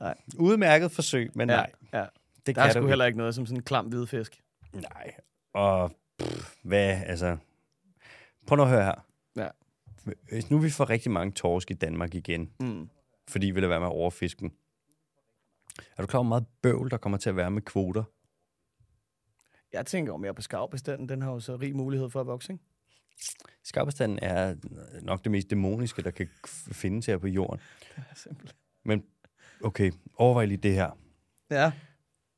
[SPEAKER 2] Nej.
[SPEAKER 1] Udmærket forsøg, men
[SPEAKER 2] ja,
[SPEAKER 1] nej.
[SPEAKER 2] Ja.
[SPEAKER 1] Det
[SPEAKER 2] Der er
[SPEAKER 1] kan
[SPEAKER 2] sgu
[SPEAKER 1] du
[SPEAKER 2] heller ikke noget som sådan en klam hvidfisk.
[SPEAKER 1] ikke. Nej. Og pff, hvad, altså... Prøv nu at høre her.
[SPEAKER 2] Ja.
[SPEAKER 1] Hvis nu vi får rigtig mange torsk i Danmark igen,
[SPEAKER 2] Mm.
[SPEAKER 1] fordi vi lader være med at overfiske dem. Er du klar over, hvor meget bøvl, der kommer til at være med kvoter?
[SPEAKER 2] Jeg tænker jo mere på skavbestanden. Den har jo så rig mulighed for at vokse, ikke?
[SPEAKER 1] Skarpestanden er nok det mest dæmoniske, der kan f- findes her på jorden.
[SPEAKER 2] Simpelthen.
[SPEAKER 1] Men okay, overvej lige det her.
[SPEAKER 2] Ja.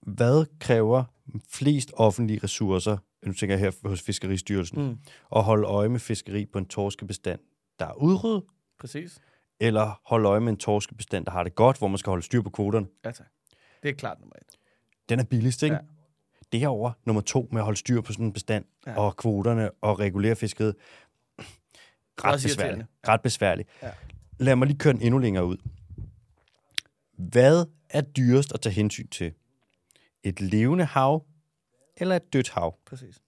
[SPEAKER 1] Hvad kræver flest offentlige ressourcer, nu tænker jeg her hos Fiskeristyrelsen, mm.
[SPEAKER 2] Mm.
[SPEAKER 1] at holde øje med fiskeri på en torskebestand, der er udryddet,
[SPEAKER 2] Præcis.
[SPEAKER 1] eller holde øje med en torskebestand, der har det godt, hvor man skal holde styr på kvoterne?
[SPEAKER 2] Ja, tak. Det er klart nummer et.
[SPEAKER 1] Den er billigst, ikke? Ja.
[SPEAKER 2] Ja.
[SPEAKER 1] Det er over nummer to med at holde styr på sådan en bestand ja.
[SPEAKER 2] Ja.
[SPEAKER 1] og kvoterne og regulere fiskeriet. Ret
[SPEAKER 2] også
[SPEAKER 1] besværligt.
[SPEAKER 2] irriterende.
[SPEAKER 1] Ret besværligt. Ja.
[SPEAKER 2] Ja.
[SPEAKER 1] Lad mig lige køre den endnu længere ud. Hvad er dyrest at tage hensyn til? Et levende hav eller et dødt hav?
[SPEAKER 2] Præcis.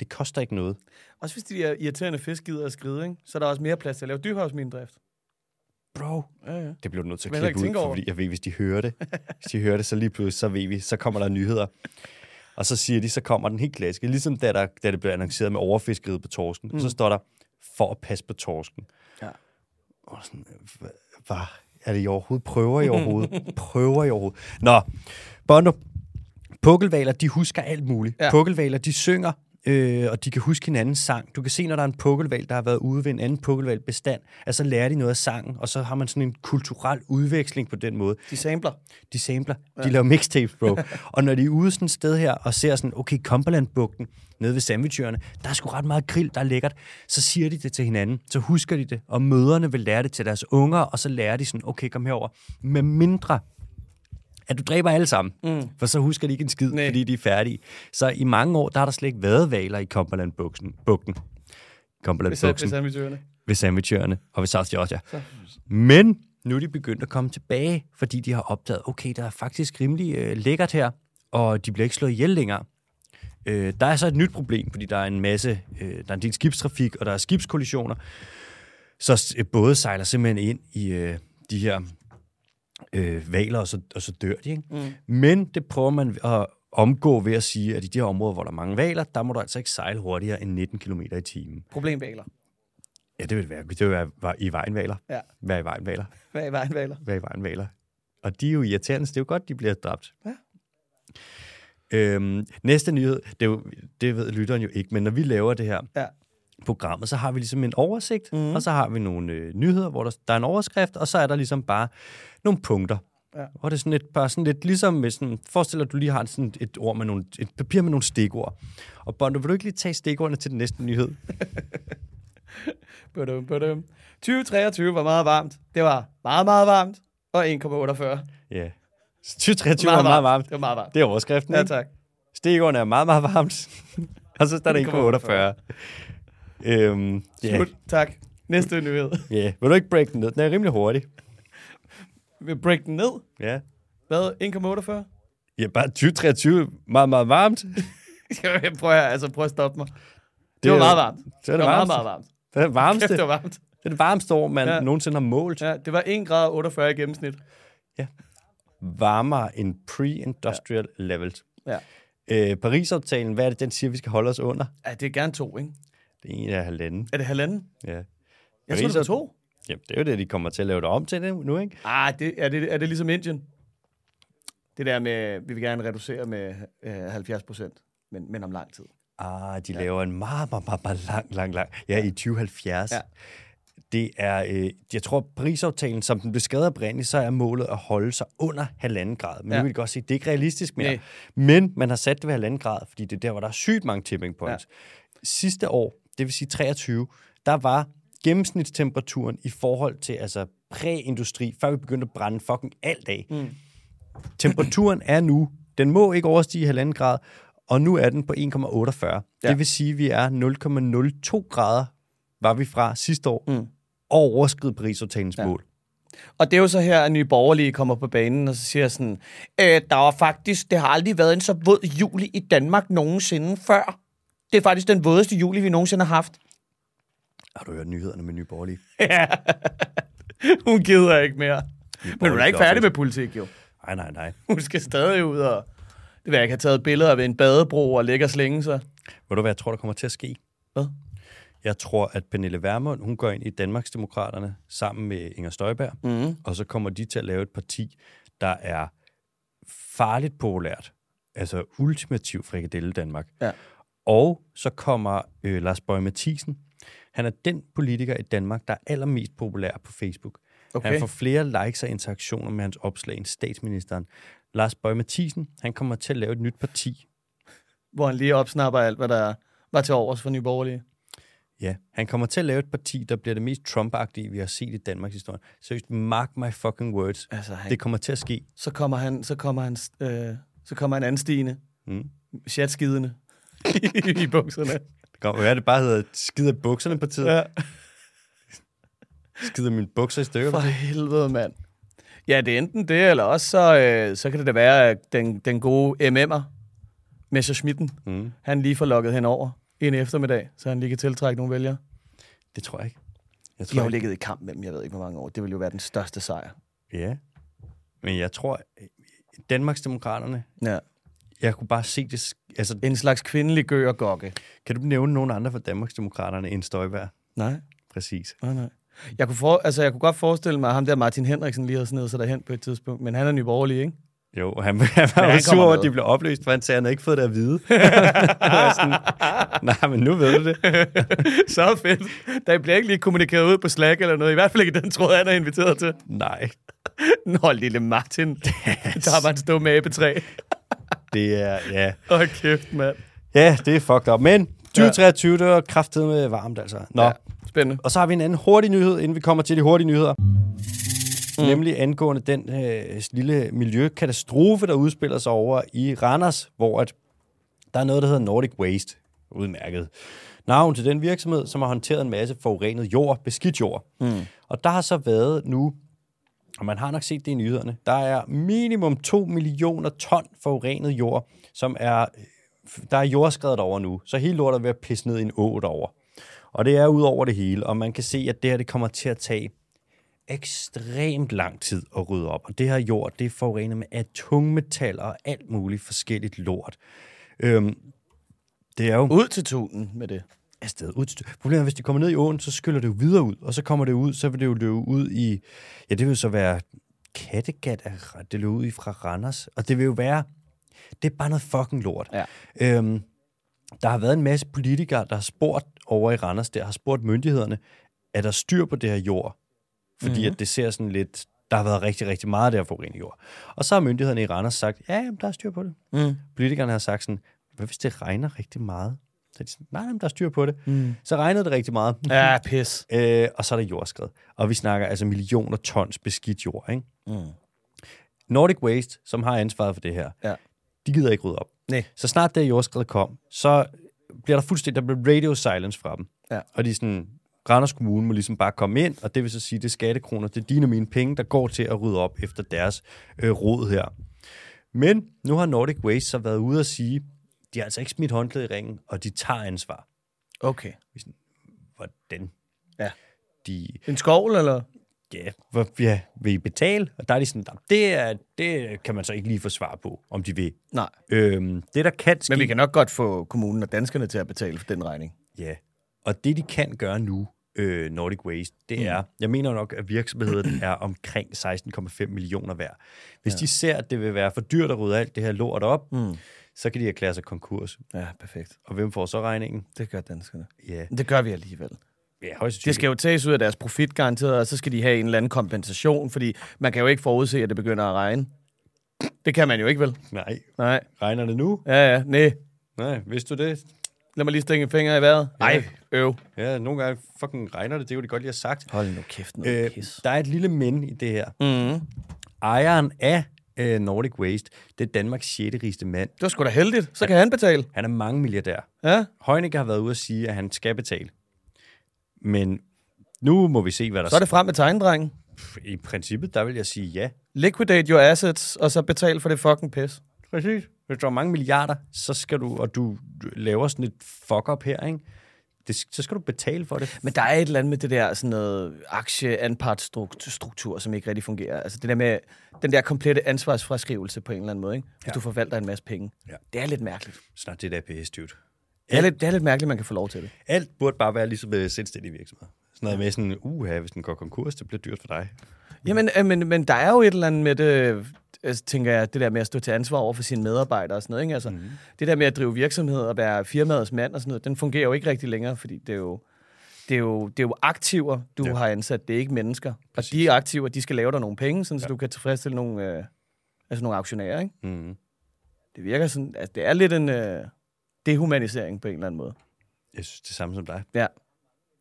[SPEAKER 1] Det koster ikke noget.
[SPEAKER 2] Også hvis de der irriterende fisk gider at skride, ikke? så er der også mere plads til at lave dybhavsminedrift.
[SPEAKER 1] Bro,
[SPEAKER 2] Ja, ja.
[SPEAKER 1] det blev du nødt til at
[SPEAKER 2] Men jeg
[SPEAKER 1] klippe ud,
[SPEAKER 2] tænker over
[SPEAKER 1] fordi jeg ved, hvis de hører det, hvis de hører det, så lige pludselig, så ved vi, så kommer der nyheder. Og så siger de, så kommer den helt klassiske. Ligesom da, der, da det blev annonceret med overfiskeriet på torsken, mm. så står der, for at passe på torsken.
[SPEAKER 2] Ja.
[SPEAKER 1] Og sådan, hvad, hvad er det i overhovedet? Prøver i overhovedet? Prøver i overhovedet? Nå, Bondo, pukkelvaler, de husker alt muligt. Ja.
[SPEAKER 2] Ja.
[SPEAKER 1] Pukkelvaler, de synger, øh, og de kan huske hinandens sang. Du kan se, når der er en pukkelval, der har været ude ved en anden pukkelvalbestand, at så lærer de noget af sangen, og så har man sådan en kulturel udveksling på den måde.
[SPEAKER 2] De samler.
[SPEAKER 1] De sampler, ja. de laver mixtapes, bro. og når de er ude sådan et sted her og ser sådan, okay, Cumberland-bugten nede ved sandwichørerne, der er sgu ret meget grill, der er lækkert, så siger de det til hinanden, så husker de det, og møderne vil lære det til deres unger, og så lærer de sådan, okay, kom herover. Med mindre, at du dræber alle sammen, mm. for så husker de ikke en skid,
[SPEAKER 2] Nej.
[SPEAKER 1] fordi de er færdige. Så i mange år, der har der slet ikke været valer i Cumberland-bugten. Bugten.
[SPEAKER 2] Hvis jeg,
[SPEAKER 1] Cumberland-bugten
[SPEAKER 2] hvis jeg er med dyrene.
[SPEAKER 1] ved sandwicherne og ved South Georgia. Men nu er de begyndt at komme tilbage, fordi de har opdaget, okay, der er faktisk rimelig øh, lækkert her, og de bliver ikke slået ihjel længere. Øh, der er så et nyt problem, fordi der er en masse, øh, der er en del skibstrafik, og der er skibskollisioner. Så s- øh, både sejler simpelthen ind i øh, de her øh, valer, og så, og så dør de. Ikke? Mm. Men det prøver man at omgå ved at sige, at i de her områder, hvor der er mange valer, der må du altså ikke sejle hurtigere end 19 km i timen.
[SPEAKER 2] Problemvaler.
[SPEAKER 1] Ja, det vil være. Det vil være var i vejen valer.
[SPEAKER 2] Ja.
[SPEAKER 1] Være i vejen valer.
[SPEAKER 2] Hvad er vejen valer?
[SPEAKER 1] Være i vejen valer. Og de er jo irriterende, så det er jo godt, de bliver dræbt.
[SPEAKER 2] Ja.
[SPEAKER 1] Øhm, næste nyhed, det, er jo, det ved lytteren jo ikke, men når vi laver det her
[SPEAKER 2] Ja.
[SPEAKER 1] programmet, så har vi ligesom en oversigt, mm. og så har vi nogle øh, nyheder, hvor der, der er en overskrift, og så er der ligesom bare nogle punkter.
[SPEAKER 2] Ja.
[SPEAKER 1] Hvor det er sådan lidt, bare sådan lidt ligesom, hvis sådan, forestil dig, at du lige har sådan et, ord med nogle, et papir med nogle stikord. Og Bondo, vil du ikke lige tage stikordene til den næste nyhed?
[SPEAKER 2] Badum, badum. 2023 var meget varmt. Det var meget, meget varmt. Og 1,48.
[SPEAKER 1] Ja. 2023 er meget varmt.
[SPEAKER 2] Det var meget varmt.
[SPEAKER 1] Det er overskriften,
[SPEAKER 2] Ja,
[SPEAKER 1] ikke?
[SPEAKER 2] tak.
[SPEAKER 1] Stegården er meget, meget varmt. og så står der 1,48. Øhm, ja,
[SPEAKER 2] Slut. Tak. Næste nyhed.
[SPEAKER 1] ja. Vil du ikke break den ned? Den er rimelig hurtig.
[SPEAKER 2] Vi break den ned.
[SPEAKER 1] Ja.
[SPEAKER 2] Hvad? 1,48?
[SPEAKER 1] Ja, bare 2023. Meget, meget varmt.
[SPEAKER 2] Jamen, prøv at, altså, prøv at stoppe mig. Det,
[SPEAKER 1] Det
[SPEAKER 2] var
[SPEAKER 1] er-
[SPEAKER 2] meget varmt.
[SPEAKER 1] det er det
[SPEAKER 2] var meget,
[SPEAKER 1] varmeste.
[SPEAKER 2] meget varmt.
[SPEAKER 1] Det er det
[SPEAKER 2] Kæft,
[SPEAKER 1] varmeste.
[SPEAKER 2] det var varmt.
[SPEAKER 1] Det er det varmeste år, man ja.
[SPEAKER 2] Ja.
[SPEAKER 1] nogensinde har målt.
[SPEAKER 2] Ja, det var 1 grad 48 i gennemsnit.
[SPEAKER 1] Varmere end pre-industrial ja. levels.
[SPEAKER 2] Ja.
[SPEAKER 1] Øh, Paris-aftalen, hvad er det, den siger, vi skal holde os under?
[SPEAKER 2] ja, det er gerne to, ikke?
[SPEAKER 1] Det er en af halvanden.
[SPEAKER 2] Er det halvanden?
[SPEAKER 1] Ja.
[SPEAKER 2] Jeg tror, det var to.
[SPEAKER 1] Jamen, det er jo det, de kommer til at lave det om til nu, ikke?
[SPEAKER 2] Ah, det, er, det, er det ligesom Indien? Det der med, vi vil gerne reducere med øh, 70 procent, men, men om lang tid.
[SPEAKER 1] Ah, de ja. laver en meget, meget, meget, meget lang, lang, lang. Ja, i 2070. Ja.
[SPEAKER 2] Ja.
[SPEAKER 1] Det er, øh, jeg tror, Paris-aftalen, som den blev skrevet oprindeligt, så er målet at holde sig under halvanden grad. Men ja.
[SPEAKER 2] Ja.
[SPEAKER 1] nu kan vi godt se, at det er ikke realistisk mere.
[SPEAKER 2] Næ.
[SPEAKER 1] Men man har sat det ved halvanden grad, fordi det er der, hvor der er sygt mange tipping points. Ja. Sidste år, det vil sige 23, der var gennemsnitstemperaturen i forhold til altså præindustri, før vi begyndte at brænde fucking alt af. Mm. Temperaturen er nu, den må ikke overstige halvanden grad, og nu er den på 1,48. Ja.
[SPEAKER 2] Ja.
[SPEAKER 1] Det vil sige, at vi er 0,02 grader, var vi fra sidste år, mm. og overskridt Paris-aftalens ja. mål.
[SPEAKER 2] Og det er jo så her, at Nye Borgerlige kommer på banen og så siger sådan, øh, der var faktisk, det har aldrig været en så våd juli i Danmark nogensinde før. Det er faktisk den vådeste juli, vi nogensinde har haft.
[SPEAKER 1] Har du hørt nyhederne med Nye Borgerlige?
[SPEAKER 2] Hun gider ikke mere. Men hun er
[SPEAKER 1] Borgerlige
[SPEAKER 2] ikke færdig
[SPEAKER 1] blåfest.
[SPEAKER 2] med politik, jo.
[SPEAKER 1] Nej, nej, nej.
[SPEAKER 2] Hun skal stadig ud og... Det vil jeg ikke have taget billeder af ved en badebro og ligge og slænge sig.
[SPEAKER 1] Ved du, hvad jeg tror, der kommer til at ske?
[SPEAKER 2] Hvad?
[SPEAKER 1] Jeg tror, at Pernille Vermund, hun går ind i Danmarksdemokraterne sammen med Inger Støjberg, mm.
[SPEAKER 2] Mhm.
[SPEAKER 1] og så kommer de til at lave et parti, der er farligt populært, altså ultimativ frikadelle Danmark.
[SPEAKER 2] Ja.
[SPEAKER 1] Og så kommer øh, Lars Bøge Mathisen. Han er den politiker i Danmark, der er allermest populær på Facebook. Okay.
[SPEAKER 2] Okay.
[SPEAKER 1] Han får flere likes og interaktioner med hans opslag end statsministeren. Lars Bøge Mathisen, han kommer til at lave et nyt parti.
[SPEAKER 2] Hvor han lige opsnapper alt, hvad der var til overs for Nye Borgerlige.
[SPEAKER 1] Ja, han kommer til at lave et parti, der bliver det mest trump vi har set i Danmarks historie. Seriøst, mark my fucking words.
[SPEAKER 2] Altså, han,
[SPEAKER 1] Det kommer til at ske.
[SPEAKER 2] så kommer han, så kommer han, øh, så kommer han anstigende,
[SPEAKER 1] Mm.
[SPEAKER 2] chatskidende i bukserne.
[SPEAKER 1] Det kommer, hvad er det bare hedder? Skider bukserne på tiden? Ja.
[SPEAKER 2] Ja,
[SPEAKER 1] Skider mine bukser i stykker?
[SPEAKER 2] for helvede, mand. Ja, det er enten det, eller også så, øh, så kan det da være, at den, den gode MM'er, Messerschmitten,
[SPEAKER 1] Mm.
[SPEAKER 2] han lige får lukket henover en eftermiddag, så han lige kan tiltrække nogle vælgere.
[SPEAKER 1] Det tror jeg ikke. Jeg
[SPEAKER 2] De har
[SPEAKER 1] tror
[SPEAKER 2] jo
[SPEAKER 1] ikke.
[SPEAKER 2] ligget i kamp med dem, jeg ved ikke, hvor mange år. Det ville jo være den største sejr.
[SPEAKER 1] Ja. Men jeg tror, Danmarksdemokraterne,
[SPEAKER 2] Ja.
[SPEAKER 1] jeg kunne bare se det. sk- Altså,
[SPEAKER 2] En slags kvindelig gør og gokke.
[SPEAKER 1] kan du nævne nogen andre fra Danmarksdemokraterne end Støjberg?
[SPEAKER 2] Nej,
[SPEAKER 1] Præcis.
[SPEAKER 2] nej, nej. Jeg kunne, for, altså, jeg kunne godt forestille mig, at ham der Martin Henriksen lige havde snedet sig derhen på et tidspunkt, men han er nyborgerlig, ikke?
[SPEAKER 1] Jo, og han, han var
[SPEAKER 2] Men
[SPEAKER 1] jo
[SPEAKER 2] han
[SPEAKER 1] sur
[SPEAKER 2] kommer
[SPEAKER 1] over, at
[SPEAKER 2] med.
[SPEAKER 1] de blev opløst, for han sagde, at han havde ikke fået det at vide. Og jeg sådan, Nej, men nu ved du det.
[SPEAKER 2] Så fedt. Der bliver ikke lige kommunikeret ud på Slack eller noget. I hvert fald ikke den tråd, han er inviteret til.
[SPEAKER 1] Nej,
[SPEAKER 2] Nå, lille Martin. Der har bare en stå med æbetræ.
[SPEAKER 1] det er, ja.
[SPEAKER 2] Åh, kæft, mand.
[SPEAKER 1] Ja, det er fucked up. Men 2023, det var kraftedeme varmt, altså. Nå, ja.
[SPEAKER 2] Spændende.
[SPEAKER 1] Og så har vi en anden hurtig nyhed, inden vi kommer til de hurtige nyheder. Mm. Nemlig angående den øh, lille miljøkatastrofe, der udspiller sig over i Randers, hvor at der er noget, der hedder Nordic Waste. Udmærket. Navn til den virksomhed, som har håndteret en masse forurenet jord, beskidt jord. Mm. Og der har så været nu, og man har nok set det i nyhederne, der er minimum 2 millioner ton forurenet jord, som er, der er jordskred derovre nu. Så hele lortet er ved at pisse ned i en å derovre. Og det er ud over det hele, og man kan se, at det her det kommer til at tage ekstremt lang tid at rydde op. Og det her jord, det er forurenet med af tungmetaller og alt muligt forskelligt lort. Øhm, det er jo
[SPEAKER 2] Ud til tunen med det.
[SPEAKER 1] afsted. Ud til- Problemet er, hvis det kommer ned i åen, så skyller det jo videre ud, og så kommer det ud, så vil det jo løbe ud i, ja, det vil jo så være Kattegat, er ret- det løber ud i fra Randers, og det vil jo være, det er bare noget fucking lort.
[SPEAKER 2] Ja.
[SPEAKER 1] Øhm, der har været en masse politikere, der har spurgt over i Randers, der har spurgt myndighederne, er der styr på det her jord? Fordi mm-hmm. at det ser sådan lidt, der har været rigtig, rigtig meget af det her forurenet jord. Og så har myndighederne i Randers sagt, ja, jamen, der er styr på det.
[SPEAKER 2] Mm.
[SPEAKER 1] Politikerne har sagt sådan, hvad hvis det regner rigtig meget? Så er de sådan, nej, nej, men der er styr på det. Mm. Så regnede det rigtig meget,
[SPEAKER 2] Ja, pis.
[SPEAKER 1] øh, og så er der jordskred. Og vi snakker altså millioner tons beskidt jord, ikke? Mm. Nordic Waste, som har ansvaret for det her,
[SPEAKER 2] Ja.
[SPEAKER 1] de gider ikke rydde op.
[SPEAKER 2] Nej.
[SPEAKER 1] Så snart det her jordskred kom, så bliver der fuldstændig, der bliver radio silence fra dem.
[SPEAKER 2] Ja.
[SPEAKER 1] Og de er sådan, Randers Kommune må ligesom bare komme ind, og det vil så sige, det er skattekroner, det er dine og mine penge, der går til at rydde op efter deres øh, råd her. Men nu har Nordic Waste så været ude at sige, de har altså ikke smidt håndklæde i ringen, og de tager ansvar.
[SPEAKER 2] Okay.
[SPEAKER 1] Hvordan?
[SPEAKER 2] Ja.
[SPEAKER 1] De,
[SPEAKER 2] En skovl, eller?
[SPEAKER 1] ja, hvor, ja, vil I betale? Og der er de sådan, "Nå, det, er, det kan man så ikke lige få svar på, om de vil.
[SPEAKER 2] Nej.
[SPEAKER 1] Øhm, det, der kan ske...
[SPEAKER 2] Men vi kan nok godt få kommunen og danskerne til at betale for den regning.
[SPEAKER 1] Ja, og det, de kan gøre nu, øh, Nordic Waste, det er, jeg mener nok, at virksomheden er omkring 16,5 millioner værd. Hvis ja. de ser, at det vil være for dyrt at rydde alt det her lort op, mm. så kan de erklære sig konkurs.
[SPEAKER 2] Ja, perfekt.
[SPEAKER 1] Og hvem får så regningen?
[SPEAKER 2] Det gør danskerne.
[SPEAKER 1] Ja,
[SPEAKER 2] Men Det gør vi alligevel.
[SPEAKER 1] ja højst
[SPEAKER 2] Det
[SPEAKER 1] sandsynligt.
[SPEAKER 2] skal jo tages ud af deres profit garanteret, og så skal de have en eller anden kompensation, fordi man kan jo ikke forudse, at det begynder at regne. Det kan man jo ikke, vel?
[SPEAKER 1] Nej,
[SPEAKER 2] Nej.
[SPEAKER 1] regner det nu?
[SPEAKER 2] Ja, ja, nej.
[SPEAKER 1] Nej, vidste du det?
[SPEAKER 2] Lad mig lige stikke en finger i vejret. Nej, øv.
[SPEAKER 1] Ja, nogle gange fucking regner det, det er jo det godt lige har sagt.
[SPEAKER 2] Hold nu kæft, noget
[SPEAKER 1] Øh, der er et lille men i det her.
[SPEAKER 2] Mm.
[SPEAKER 1] Ejeren af øh, Nordic Waste, det er Danmarks 6. rigeste mand.
[SPEAKER 2] Det var sgu da heldigt. Så kan han betale.
[SPEAKER 1] Han er mange milliardær.
[SPEAKER 2] Ja.
[SPEAKER 1] Heunicke har været ude at sige, at han skal betale. Men nu må vi se, hvad der
[SPEAKER 2] Så er det frem med tegndrengen.
[SPEAKER 1] sker. I princippet, der vil jeg sige ja.
[SPEAKER 2] Liquidate your assets, og så betal for det fucking pis.
[SPEAKER 1] Præcis. Hvis du har mange milliarder, så skal du, og du laver sådan et fuck-up her, ikke? Det, så skal du betale for det.
[SPEAKER 2] Men der er et eller andet med det der sådan noget aktieanpartsstruktur, som ikke rigtig fungerer. Altså det der med den der komplette ansvarsfraskrivelse på en eller anden måde, ikke? Hvis ja. du forvalter en masse penge.
[SPEAKER 1] Ja.
[SPEAKER 2] Det er lidt mærkeligt.
[SPEAKER 1] Snart det der pis dude.
[SPEAKER 2] Det er, lidt, det er lidt mærkeligt, man kan få lov til det.
[SPEAKER 1] Alt burde bare være ligesom med selvstændige virksomheder. Sådan noget med sådan, uha, hvis den går konkurs, det bliver dyrt for dig.
[SPEAKER 2] Jamen, øh, men, men der er jo et eller andet med det, altså, tænker jeg, det der med at stå til ansvar over for sine medarbejdere og sådan noget. Ikke? Altså, mm-hmm. Det der med at drive virksomhed og være firmaets mand og sådan noget, den fungerer jo ikke rigtig længere, fordi det er jo, det er jo, det er jo aktiver, du
[SPEAKER 1] Ja.
[SPEAKER 2] ja. har ansat. Det er ikke mennesker.
[SPEAKER 1] Præcis.
[SPEAKER 2] Præcis. Og de aktiver, de skal lave dig nogle penge, sådan, ja. så du kan tilfredsstille nogle, øh, altså nogle aktionærer. Ikke?
[SPEAKER 1] Mm.
[SPEAKER 2] Det virker sådan, altså det er lidt en øh, dehumanisering på en eller anden måde.
[SPEAKER 1] Jeg synes det er samme som dig.
[SPEAKER 2] Ja.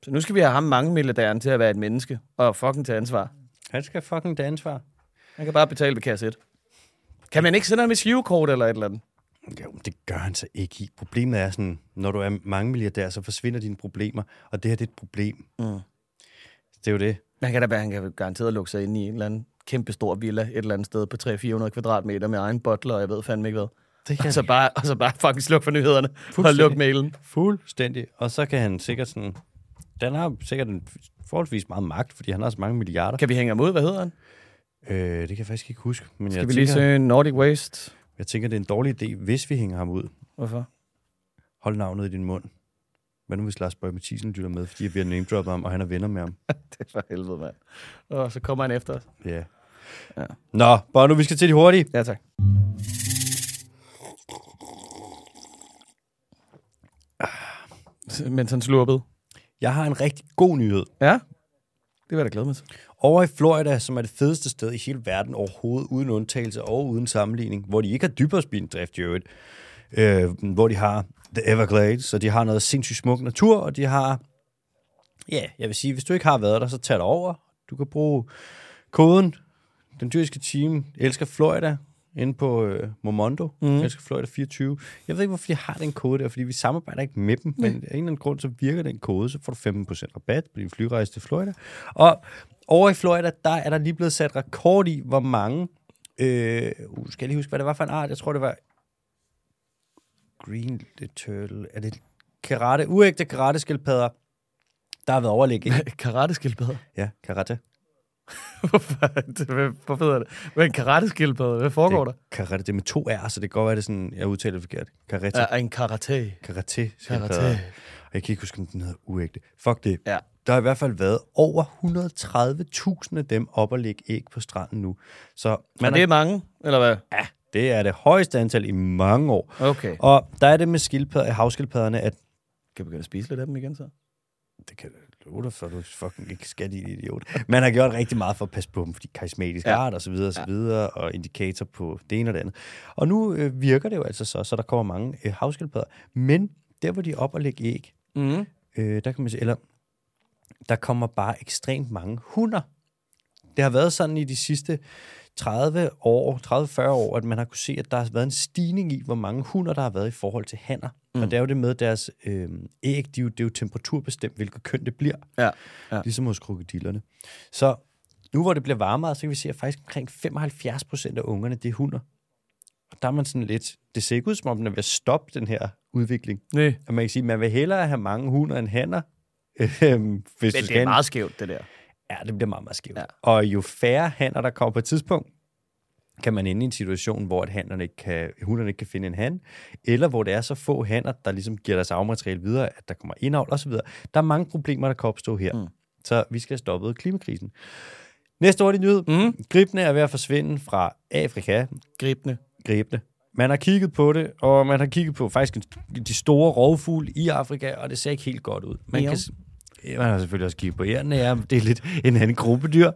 [SPEAKER 2] Så nu skal vi have ham mange milliardæren til at være et menneske og fucking tage ansvar.
[SPEAKER 1] Han skal fucking tage ansvar.
[SPEAKER 2] Han kan bare betale ved kasse 1. Kan man ikke sende ham et girokort eller et eller andet?
[SPEAKER 1] Jo, men det gør han så ikke i. Problemet er sådan, når du er mange milliardær, så forsvinder dine problemer, og det her det er et problem. Mm. Det er jo det.
[SPEAKER 2] Han kan da være, han kan garanteret lukke sig ind i en eller anden kæmpe stor villa et eller andet sted på 300-400 kvadratmeter med egen butler, og jeg ved fandme ikke hvad.
[SPEAKER 1] Det
[SPEAKER 2] Og så bare, og så bare fucking sluk for nyhederne og
[SPEAKER 1] Fuldstændig.
[SPEAKER 2] luk mailen.
[SPEAKER 1] Fuldstændig. Og så kan han sikkert sådan... Den har sikkert en forholdsvis meget magt, fordi han har så mange milliarder.
[SPEAKER 2] Kan vi hænge ham ud? Hvad hedder han?
[SPEAKER 1] Øh, det kan jeg faktisk ikke huske, men
[SPEAKER 2] Skal
[SPEAKER 1] jeg
[SPEAKER 2] vi lige
[SPEAKER 1] tænker,
[SPEAKER 2] søge Nordic Waste?
[SPEAKER 1] jeg tænker, det er en dårlig idé, hvis vi hænger ham ud.
[SPEAKER 2] Hvorfor?
[SPEAKER 1] Hold navnet i din mund. Hvad nu, hvis Lars Bøge Mathisen lytter med, fordi vi har name ham, og han er venner med ham?
[SPEAKER 2] det er for helvede, mand. Og så kommer han efter os.
[SPEAKER 1] Ja.
[SPEAKER 2] Ja.
[SPEAKER 1] Nå, bare nu, vi skal til de hurtige.
[SPEAKER 2] Ja, tak. Ah, Mens han slurpede.
[SPEAKER 1] Jeg har en rigtig god nyhed.
[SPEAKER 2] Ja, det var jeg da glad med.
[SPEAKER 1] Over i Florida, som er det fedeste sted i hele verden overhovedet, uden undtagelse og uden sammenligning, hvor de ikke har dybhavsbindrift i øvrigt, øh, hvor de har The Everglades, så de har noget sindssygt smuk natur, og de har, ja, jeg vil sige, hvis du ikke har været der, så tag dig over. Du kan bruge koden, den dyrske team, elsker Florida, inde på øh, Momondo, mm. elsker Florida 24. Jeg ved ikke, hvorfor de har den kode der, fordi vi samarbejder ikke med dem, men af en eller anden grund, så virker den kode, så får du 15% rabat på din flyrejse til Florida. Og over i Florida, der er der lige blevet sat rekord i, hvor mange, øh, uh, skal jeg lige huske, hvad det var for en art, jeg tror, det var green turtle, er det karate, uægte karate-skildpadder, der har været overlægge.
[SPEAKER 2] Karateskildpadder.
[SPEAKER 1] ja, karate.
[SPEAKER 2] Hvorfor Hvad- hvorfor hedder det? Hvad er en karateskildpadde? Hvad foregår
[SPEAKER 1] det, Øh, Karate, det er med to R, så det kan godt være, det er sådan, jeg udtaler det forkert. Karate.
[SPEAKER 2] der?
[SPEAKER 1] Ja.
[SPEAKER 2] Er en karate.
[SPEAKER 1] Karate.
[SPEAKER 2] Karate.
[SPEAKER 1] Karate. Og jeg kan ikke huske, om den hedder uægte. Fuck det.
[SPEAKER 2] Ja.
[SPEAKER 1] Der har i hvert fald været over 130.000 af dem op og lægge æg på stranden nu. Så
[SPEAKER 2] Men
[SPEAKER 1] man
[SPEAKER 2] det er mange, eller hvad?
[SPEAKER 1] ja, det er det højeste antal i mange år.
[SPEAKER 2] Okay.
[SPEAKER 1] Og der er det med skildpadder, havskildpadderne, at
[SPEAKER 2] Kan vi begynde at spise lidt af dem igen så?
[SPEAKER 1] det kan jeg love dig, for du fucking ikke skal, din idiot. Man har gjort rigtig meget for at passe på dem, fordi karismatisk ja.
[SPEAKER 2] Ja.
[SPEAKER 1] art og så videre og så videre, og indikator på det ene og det andet. Og nu øh, virker det jo altså så, så der kommer mange øh, havskildpadder. Men der, hvor de er op og lægge æg,
[SPEAKER 2] Mm.
[SPEAKER 1] øh, der kan man se, eller der kommer bare ekstremt mange hunder. Det har været sådan i de sidste 30 år, 30-40 år, at man har kunne se, at der har været en stigning i, hvor mange hunder, der har været i forhold til hanner. Mm. Og det er jo det med at deres øh, æg, de er jo, det er jo temperaturbestemt, hvilket køn det bliver,
[SPEAKER 2] Ja. ja.
[SPEAKER 1] ligesom hos krokodillerne. Så nu hvor det bliver varmere, så kan vi se, at faktisk omkring 75 procent af ungerne, det er hunder. Og der er man sådan lidt, det ser ikke ud som om, den er ved at stoppe den her udvikling.
[SPEAKER 2] Nej.
[SPEAKER 1] Og man kan sige, man vil hellere have mange hunder end hanner. Øhm, hvis du
[SPEAKER 2] Men det
[SPEAKER 1] skal
[SPEAKER 2] er
[SPEAKER 1] en-
[SPEAKER 2] meget skævt, det der.
[SPEAKER 1] Ja, det bliver meget, meget skævt. Ja.
[SPEAKER 2] Ja.
[SPEAKER 1] Og jo færre hanner, der kommer på et tidspunkt, kan man ende i en situation, hvor at hannerne ikke kan, hunderne ikke kan finde en han, eller hvor det er så få hanner, der ligesom giver deres afmateriale videre, at der kommer indhold osv. Der er mange problemer, der kan opstå her. Mm. Så vi skal have stoppet klimakrisen. Næste hurtig nyhed.
[SPEAKER 2] Mhm.
[SPEAKER 1] Mm. Gribene er ved at forsvinde fra Afrika
[SPEAKER 2] Gribende.
[SPEAKER 1] grebne. Man har kigget på det, og man har kigget på faktisk en- de store rovfugle i Afrika, og det ser ikke helt godt ud. Man,
[SPEAKER 2] Jo.
[SPEAKER 1] kan, s- Ja, man har selvfølgelig også kigget på ærerne, ja, men det er lidt en anden gruppedyr.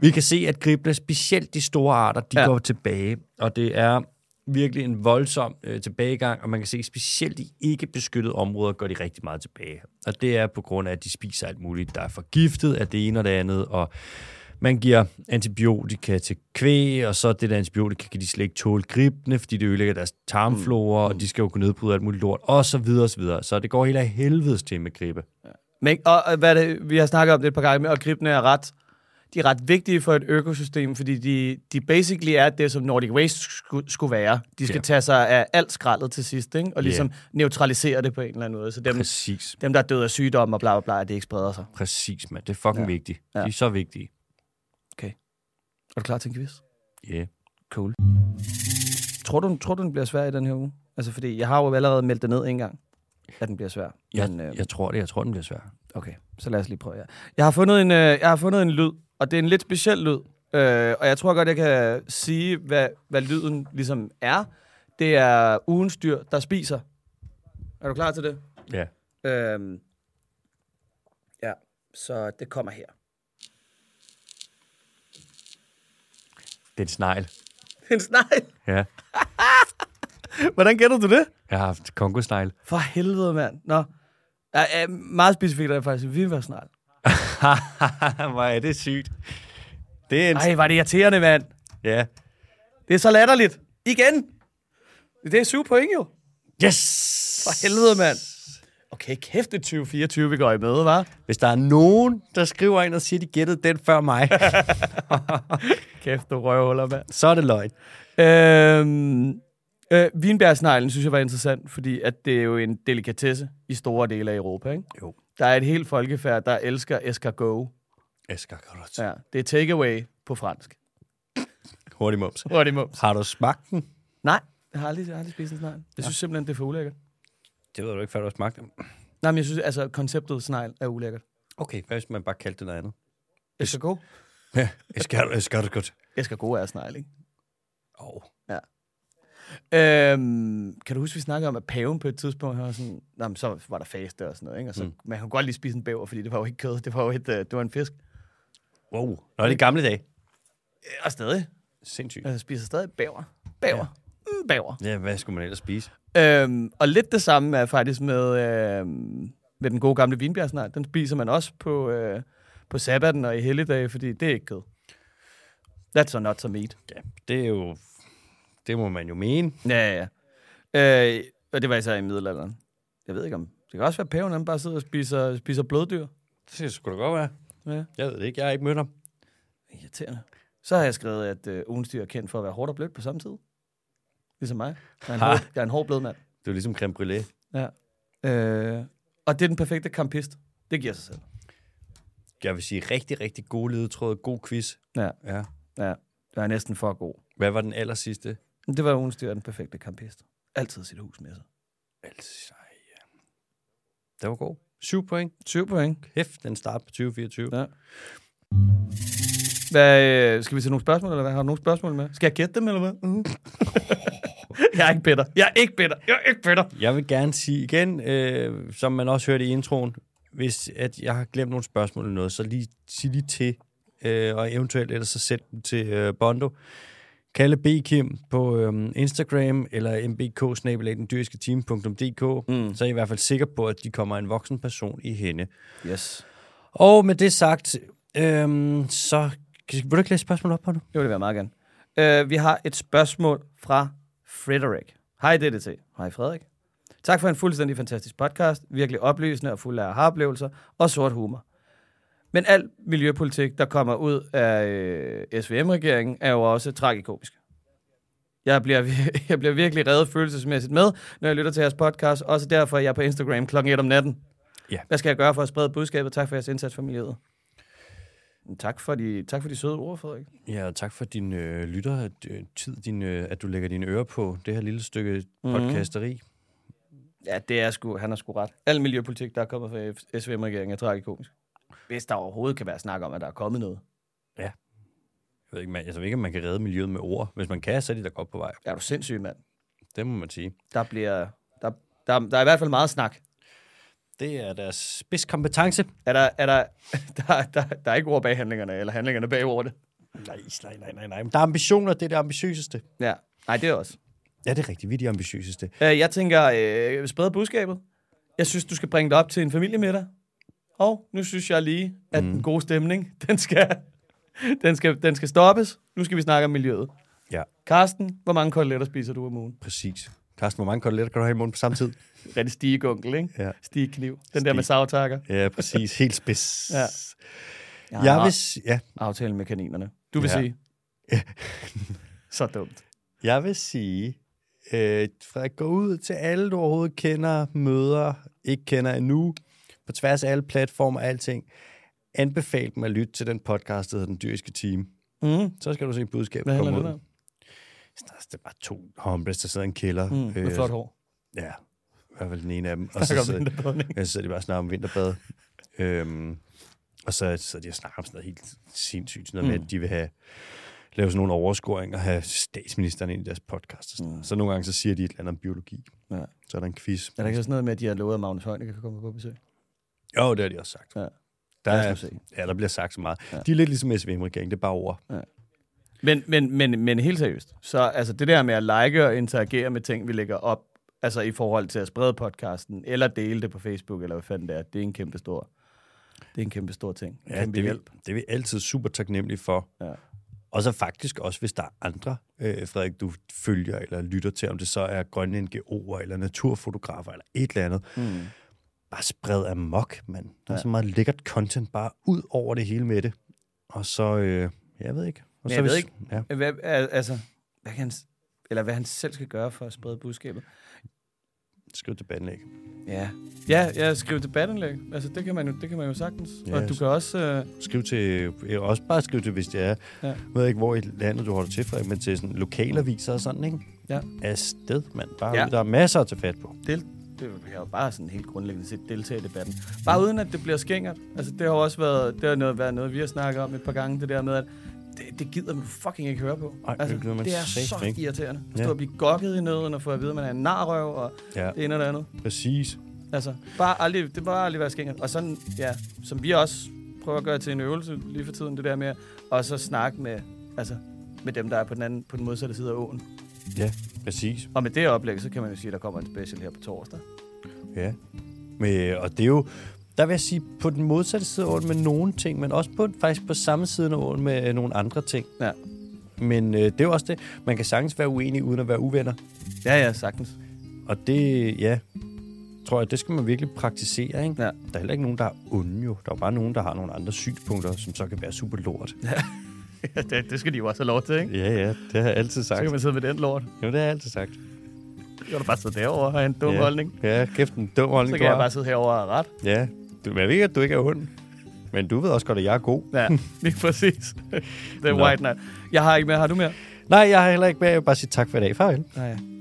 [SPEAKER 1] Vi kan se, at gribene, specielt de store arter, de ja.
[SPEAKER 2] Ja.
[SPEAKER 1] går tilbage, og det er virkelig en voldsom øh, tilbagegang, og man kan se, at specielt i ikke beskyttede områder går de rigtig meget tilbage. Og det er på grund af, at de spiser alt muligt, der er forgiftet af det ene og det andet, og man giver antibiotika til kvæg, og så det der antibiotika kan de slet ikke tåle gribende, fordi det ødelægger deres tarmflora, mm. og de skal jo kunne nedbryde alt muligt lort, og så videre og så videre. Så det går helt af helvedes til med gribe.
[SPEAKER 2] Men, og og hvad er det, vi har snakket om det et par gange, og gribene er ret, de er ret vigtige for et økosystem, fordi de, de basically er det, som Nordic Waste skulle, skulle være. De skal
[SPEAKER 1] Ja.
[SPEAKER 2] yeah. tage sig af alt skraldet til sidst, ikke? og
[SPEAKER 1] Ja.
[SPEAKER 2] ligesom yeah. neutralisere det på en eller anden måde. Så dem,
[SPEAKER 1] Præcis.
[SPEAKER 2] dem der er døde af sygdomme og bla bla bla, at det ikke spreder sig.
[SPEAKER 1] Præcis, mand. Det er fucking ja. vigtigt. Ja.
[SPEAKER 2] Ja.
[SPEAKER 1] De er så vigtige.
[SPEAKER 2] Er du klar til en quiz?
[SPEAKER 1] Ja. Yeah.
[SPEAKER 2] Cool. Tror du, tror du, den bliver svær i den her uge? Altså, fordi jeg har jo allerede meldt det ned en gang, at den bliver svær.
[SPEAKER 1] Jeg,
[SPEAKER 2] Men, øh,
[SPEAKER 1] jeg tror det. Jeg tror, den bliver svær.
[SPEAKER 2] Okay, så lad os lige prøve. Ja. Jeg har fundet en, øh, jeg har fundet en lyd, og det er en lidt speciel lyd. Øh, og jeg tror godt, jeg kan sige, hvad, hvad lyden ligesom er. Det er ugens Øhm, dyr, der spiser. Er du klar til det?
[SPEAKER 1] Ja.
[SPEAKER 2] Øh,
[SPEAKER 3] Så det kommer her.
[SPEAKER 1] Det er en snegl.
[SPEAKER 3] En snegl.
[SPEAKER 1] Ja.
[SPEAKER 2] Hvordan gætter du det?
[SPEAKER 1] Jeg har haft kongosnegl.
[SPEAKER 2] For helvede, mand. Nå. Ja, ja, meget specifikt er det faktisk en vinbærsnegl.
[SPEAKER 1] Hvor er det sygt. Det er en...
[SPEAKER 2] Nej, var det irriterende, mand.
[SPEAKER 1] Ja.
[SPEAKER 2] Det er så latterligt. Igen. Det er syv point, jo.
[SPEAKER 1] Yes!
[SPEAKER 2] For helvede, mand. Okay, kæft det er 2024, vi går i møde, var.
[SPEAKER 1] Hvis der er nogen, der skriver ind og siger, de gættede den før mig,
[SPEAKER 2] Kæft, du røvhuller, mand.
[SPEAKER 1] så er det løgn.
[SPEAKER 2] Øhm, øh, vinbærsneglen synes jeg var interessant, fordi at det er jo en delikatesse i store dele af Europa. Ikke?
[SPEAKER 1] Jo.
[SPEAKER 2] Der er et helt folkefærd, der elsker escargot.
[SPEAKER 1] Eskargot.
[SPEAKER 2] Ja, det er takeaway på fransk.
[SPEAKER 1] Hurtig mums.
[SPEAKER 2] Hurtig mums.
[SPEAKER 1] Har du smagt den?
[SPEAKER 2] Nej, jeg har aldrig, jeg har aldrig spist en snegl. Jeg synes simpelthen, det er for ulækkert.
[SPEAKER 1] Det ved du ikke, før du har smagt den.
[SPEAKER 2] Nej, men jeg synes, altså, konceptet snegl er ulækkert.
[SPEAKER 1] Okay, hvad hvis man bare kaldte det noget andet?
[SPEAKER 2] Escargot?
[SPEAKER 1] Ja, eskargot.
[SPEAKER 2] Escargot er snegl, ikke?
[SPEAKER 1] Åh,
[SPEAKER 2] Øhm, kan du huske, vi snakkede om, at paven på et tidspunkt var sådan, Nå, men så var der faste og sådan noget, ikke? Og så, mm. man kunne godt lige spise en bæver, fordi det var jo ikke kød, det var jo et, øh, det var en fisk.
[SPEAKER 1] wow. Nå, det er gamle dage.
[SPEAKER 2] Øh, Og stadig.
[SPEAKER 1] Sindssygt.
[SPEAKER 2] Altså, Jeg spiser stadig bæver. Bæver. Ja. Mm, bæver.
[SPEAKER 1] Ja, hvad skulle man ellers spise?
[SPEAKER 2] Øhm, og lidt det samme er faktisk med, øhm, med den gode gamle vinbjergsnegl. Den spiser man også på, øh, på sabbaten og i helligdage, fordi det er ikke kød. That's a not to meat.
[SPEAKER 1] Ja, det er jo... Det må man jo mene.
[SPEAKER 2] Ja, ja, ja. Øh, og det var især i middelalderen. Jeg ved ikke om... Det kan også være, at paven han bare sidder og spiser, spiser bloddyr.
[SPEAKER 1] Det skulle da godt være.
[SPEAKER 2] Ja.
[SPEAKER 1] Jeg ved det ikke, jeg har ikke mødt ham.
[SPEAKER 2] Irriterende. Så har jeg skrevet, at øh, ugens dyr er kendt for at være hårdt og blødt på samme tid. Ligesom mig. Jeg er en,
[SPEAKER 1] Ha.
[SPEAKER 2] hård, jeg er en hård blød mand.
[SPEAKER 1] Det er jo ligesom creme brûlée.
[SPEAKER 2] Ja. Øh, og det er den perfekte kampist. Det giver sig selv.
[SPEAKER 1] Jeg vil sige rigtig, rigtig gode ledetråde, god quiz.
[SPEAKER 2] Ja,
[SPEAKER 1] Ja.
[SPEAKER 2] ja. Det er næsten for god.
[SPEAKER 1] Hvad var den aller sidste?
[SPEAKER 2] Men Det var ugens dyr er den perfekte kampist. Altid sit hus med sig.
[SPEAKER 1] Altså, ja. Det var god. 7 point.
[SPEAKER 2] 20 point.
[SPEAKER 1] Hæft, den start på 2024.
[SPEAKER 2] Ja. Hvad, øh, skal vi til nogle spørgsmål, eller hvad? Har du nogle spørgsmål med? Skal jeg gætte dem, eller hvad? Mm. jeg er ikke bitter. Jeg er ikke bitter. Jeg er ikke bitter.
[SPEAKER 1] Jeg vil gerne sige igen, øh, som man også hørte i introen, hvis at jeg har glemt nogle spørgsmål eller noget, så lige, sig lige til, øh, og eventuelt ellers så send dem til øh, Bondo. Kalle B. Kim på øh, Instagram eller mbk team.dk, mm. så er I i hvert fald sikker på, at de kommer en voksen person i hende.
[SPEAKER 2] Yes.
[SPEAKER 1] Og med det sagt, øhm, så vil du ikke læse spørgsmålet op på nu?
[SPEAKER 2] Det vil jeg meget gerne. Uh, vi har et spørgsmål fra Frederik. Hej DDT. Hej Frederik. Tak for en fuldstændig fantastisk podcast. Virkelig oplysende og fuld af aha-oplevelser og sort humor. Men al miljøpolitik, der kommer ud af øh, SVM-regeringen, er jo også tragikomisk. Jeg bliver, vir- jeg bliver virkelig reddet følelsesmæssigt med, når jeg lytter til jeres podcast. Også derfor er jeg på Instagram klokken 1 om natten.
[SPEAKER 1] Ja.
[SPEAKER 2] Hvad skal jeg gøre for at sprede budskabet? Tak for jeres indsats for miljøet. Tak for de, tak for de søde ord, Frederik.
[SPEAKER 1] Ja, og tak for din øh, lytter, at, øh, tid, din, øh, at du lægger dine ører på det her lille stykke podcasteri.
[SPEAKER 2] Ja, det er sgu, han har sgu ret. Al miljøpolitik, der er kommet fra F- SVM-regeringen, er tragikomisk. Hvis der overhovedet kan være snak om, at der er kommet noget,
[SPEAKER 1] Jeg ved ikke, man, altså, jeg ved ikke, om man kan redde miljøet med ord. Hvis man kan, så er de da godt på vej.
[SPEAKER 2] er du sindssyg, mand.
[SPEAKER 1] Det må man sige.
[SPEAKER 2] Der, bliver, der, der, der er i hvert fald meget snak.
[SPEAKER 1] Det er deres spidskompetence.
[SPEAKER 2] Er der, er der, der, der, der er ikke ord bag handlingerne, eller handlingerne bag ordet.
[SPEAKER 1] Nej, nej, nej, nej, nej. Men Der er ambitioner, det er det ambitiøseste.
[SPEAKER 2] Ja, nej, det er også.
[SPEAKER 1] Ja, det er rigtigt, vi er de ambitiøseste.
[SPEAKER 2] Øh, jeg tænker, øh, spred budskabet. Jeg synes, du skal bringe det op til en familiemiddag. Og nu synes jeg lige, at mm. den gode stemning, den skal, den, skal, den skal stoppes. Nu skal vi snakke om miljøet.
[SPEAKER 1] Ja,
[SPEAKER 2] Karsten, hvor mange koteletter spiser du om ugen?
[SPEAKER 1] præcis. Carsten, hvor mange koteletter kan du have i munden på samme tid?
[SPEAKER 2] rigtig stigegunkel, ikke?
[SPEAKER 1] Ja.
[SPEAKER 2] Stigekniv. Den der med savtakker.
[SPEAKER 1] ja, præcis. Helt spids.
[SPEAKER 2] Ja.
[SPEAKER 1] Jeg, jeg vil, s- ja,
[SPEAKER 2] aftale med kaninerne. Du vil
[SPEAKER 1] Ja.
[SPEAKER 2] ja. sige. så dumt.
[SPEAKER 1] Jeg vil sige, øh, Frederik, gå ud til alle, du overhovedet kender, møder, ikke kender endnu, på tværs af alle platformer og alting. Anbefal dem at lytte til den podcast, der hedder Den Dyriske Team.
[SPEAKER 2] Mm.
[SPEAKER 1] Så skal du se budskabet
[SPEAKER 2] Hvad handler
[SPEAKER 1] komme ud.
[SPEAKER 2] det om?
[SPEAKER 1] Der er bare to hombres, der sidder i en kælder.
[SPEAKER 2] Mm. Med flot hår.
[SPEAKER 1] Ja, i hvert fald den ene af dem. Og
[SPEAKER 2] Så
[SPEAKER 1] så,
[SPEAKER 2] kom
[SPEAKER 1] Øh, sidder,
[SPEAKER 2] vinterbadning.
[SPEAKER 1] ja, så sidder de bare og snakker om vinterbad. øhm, og så sidder de og snakker om sådan noget helt sindssygt, sådan noget mm. med, at de vil have lave sådan nogle overskoringer og have statsministeren ind i deres podcast. Og sådan. Mm. Så nogle gange så siger de et eller andet om biologi.
[SPEAKER 2] Ja.
[SPEAKER 1] Så er der en quiz.
[SPEAKER 2] Er der ikke sådan noget med, at de har lovet, at Magnus Heunicke kan komme på besøg?
[SPEAKER 1] Jo, det har de også sagt.
[SPEAKER 2] Ja.
[SPEAKER 1] Der,
[SPEAKER 2] Lad os nu
[SPEAKER 1] er,
[SPEAKER 2] se.
[SPEAKER 1] ja, der bliver sagt så meget. Ja. De er lidt ligesom SVM-regeringen, det er bare ord.
[SPEAKER 2] Men, men, men, men helt seriøst, så altså det der med at like og interagere med ting, vi lægger op, altså i forhold til at sprede podcasten, eller dele det på Facebook, eller hvad fanden det er, det er en kæmpe stor, det er en kæmpe stor ting. En
[SPEAKER 1] Ja,
[SPEAKER 2] kæmpe
[SPEAKER 1] det, er vi,
[SPEAKER 2] hjælp.
[SPEAKER 1] det er vi altid super taknemmelige for.
[SPEAKER 2] Ja.
[SPEAKER 1] Og så faktisk også, hvis der er andre, øh, Frederik, du følger eller lytter til, om det så er grønne NGO'er eller naturfotografer eller et eller andet. Mm. Bare spred amok, mand. Der er ja. så meget lækkert content bare ud over det hele med det. Og så, øh, jeg ved ikke. Og
[SPEAKER 2] Men
[SPEAKER 1] så
[SPEAKER 2] jeg
[SPEAKER 1] hvis-
[SPEAKER 2] ved ikke,
[SPEAKER 1] Ja.
[SPEAKER 2] Hvad, al- altså, hvad kan han, s- eller hvad han selv skal gøre for at sprede budskabet.
[SPEAKER 1] Skriv til bandlæg.
[SPEAKER 2] Ja, ja jeg skriver debatindlæg. Altså, det kan man jo, det kan man jo sagtens. Yes. Og
[SPEAKER 1] Yes.
[SPEAKER 2] du kan også... Øh,
[SPEAKER 1] Skriv til, øh, også bare skriv til, hvis det er,
[SPEAKER 2] Ja.
[SPEAKER 1] ja. jeg ved ikke, hvor i landet du holder til, Frederik, men til sådan lokalaviser og sådan, ikke?
[SPEAKER 2] Ja.
[SPEAKER 1] Afsted, mand. Bare
[SPEAKER 2] Ja.
[SPEAKER 1] ja. ud, der er masser at tage fat på.
[SPEAKER 2] del, det er jo bare sådan helt grundlæggende set deltage i debatten. Bare uden at det bliver skængert. Altså det har jo også været, det har noget, været noget, vi har snakket om et par gange, det der med, at det, det gider man fucking ikke høre på.
[SPEAKER 1] Ej, det
[SPEAKER 2] altså,
[SPEAKER 1] gider man
[SPEAKER 2] det er
[SPEAKER 1] satme
[SPEAKER 2] så
[SPEAKER 1] ikke.
[SPEAKER 2] irriterende. Du
[SPEAKER 1] Ja.
[SPEAKER 2] står og bliver gokket i nøden og får at vide, at man er en narrøv og
[SPEAKER 1] Ja,
[SPEAKER 2] det ene og det andet.
[SPEAKER 1] præcis.
[SPEAKER 2] Altså, bare aldrig, det må aldrig være skængert. Og sådan, ja, som vi også prøver at gøre til en øvelse lige for tiden, det der med at så snakke med, altså, med dem, der er på den, anden, på den modsatte side af åen.
[SPEAKER 1] Ja, præcis.
[SPEAKER 2] Og med det oplæg, så kan man jo sige, at der kommer en special her på torsdag.
[SPEAKER 1] Ja. Men, øh, og det er jo, der vil jeg sige, på den modsatte side af åen med nogle ting, men også på, faktisk på samme side af åen med øh, nogle andre ting.
[SPEAKER 2] Ja.
[SPEAKER 1] Men øh, det er jo også det, man kan sagtens være uenig uden at være uvenner.
[SPEAKER 2] Ja, ja, sagtens.
[SPEAKER 1] Og det, ja, tror jeg, det skal man virkelig praktisere, ikke?
[SPEAKER 2] Ja.
[SPEAKER 1] Der er heller ikke nogen, der er onde jo. Der er bare nogen, der har nogle andre synspunkter, som så kan være super lort.
[SPEAKER 2] Ja, det, det skal de jo også have lov til, ikke?
[SPEAKER 1] Ja, ja, det har jeg altid
[SPEAKER 2] Så
[SPEAKER 1] sagt.
[SPEAKER 2] kan man sidde med den lort.
[SPEAKER 1] Jo, det har jeg altid sagt.
[SPEAKER 2] Så kan du bare sidde derovre og have en dum
[SPEAKER 1] ja.
[SPEAKER 2] yeah. holdning.
[SPEAKER 1] Ja, kæft en dum holdning,
[SPEAKER 2] Så
[SPEAKER 1] du
[SPEAKER 2] kan jeg
[SPEAKER 1] har.
[SPEAKER 2] bare sidde herovre og have ret.
[SPEAKER 1] Ja, du, jeg ved ikke, at du ikke er ond. Men du ved også godt, at jeg er god.
[SPEAKER 2] Ja, lige præcis. det er
[SPEAKER 1] Nå.
[SPEAKER 2] white night. Jeg har ikke mere. Har du mere?
[SPEAKER 1] Nej, jeg har heller ikke mere. Jeg vil bare sige tak for i dag. Farvel.
[SPEAKER 2] Nej.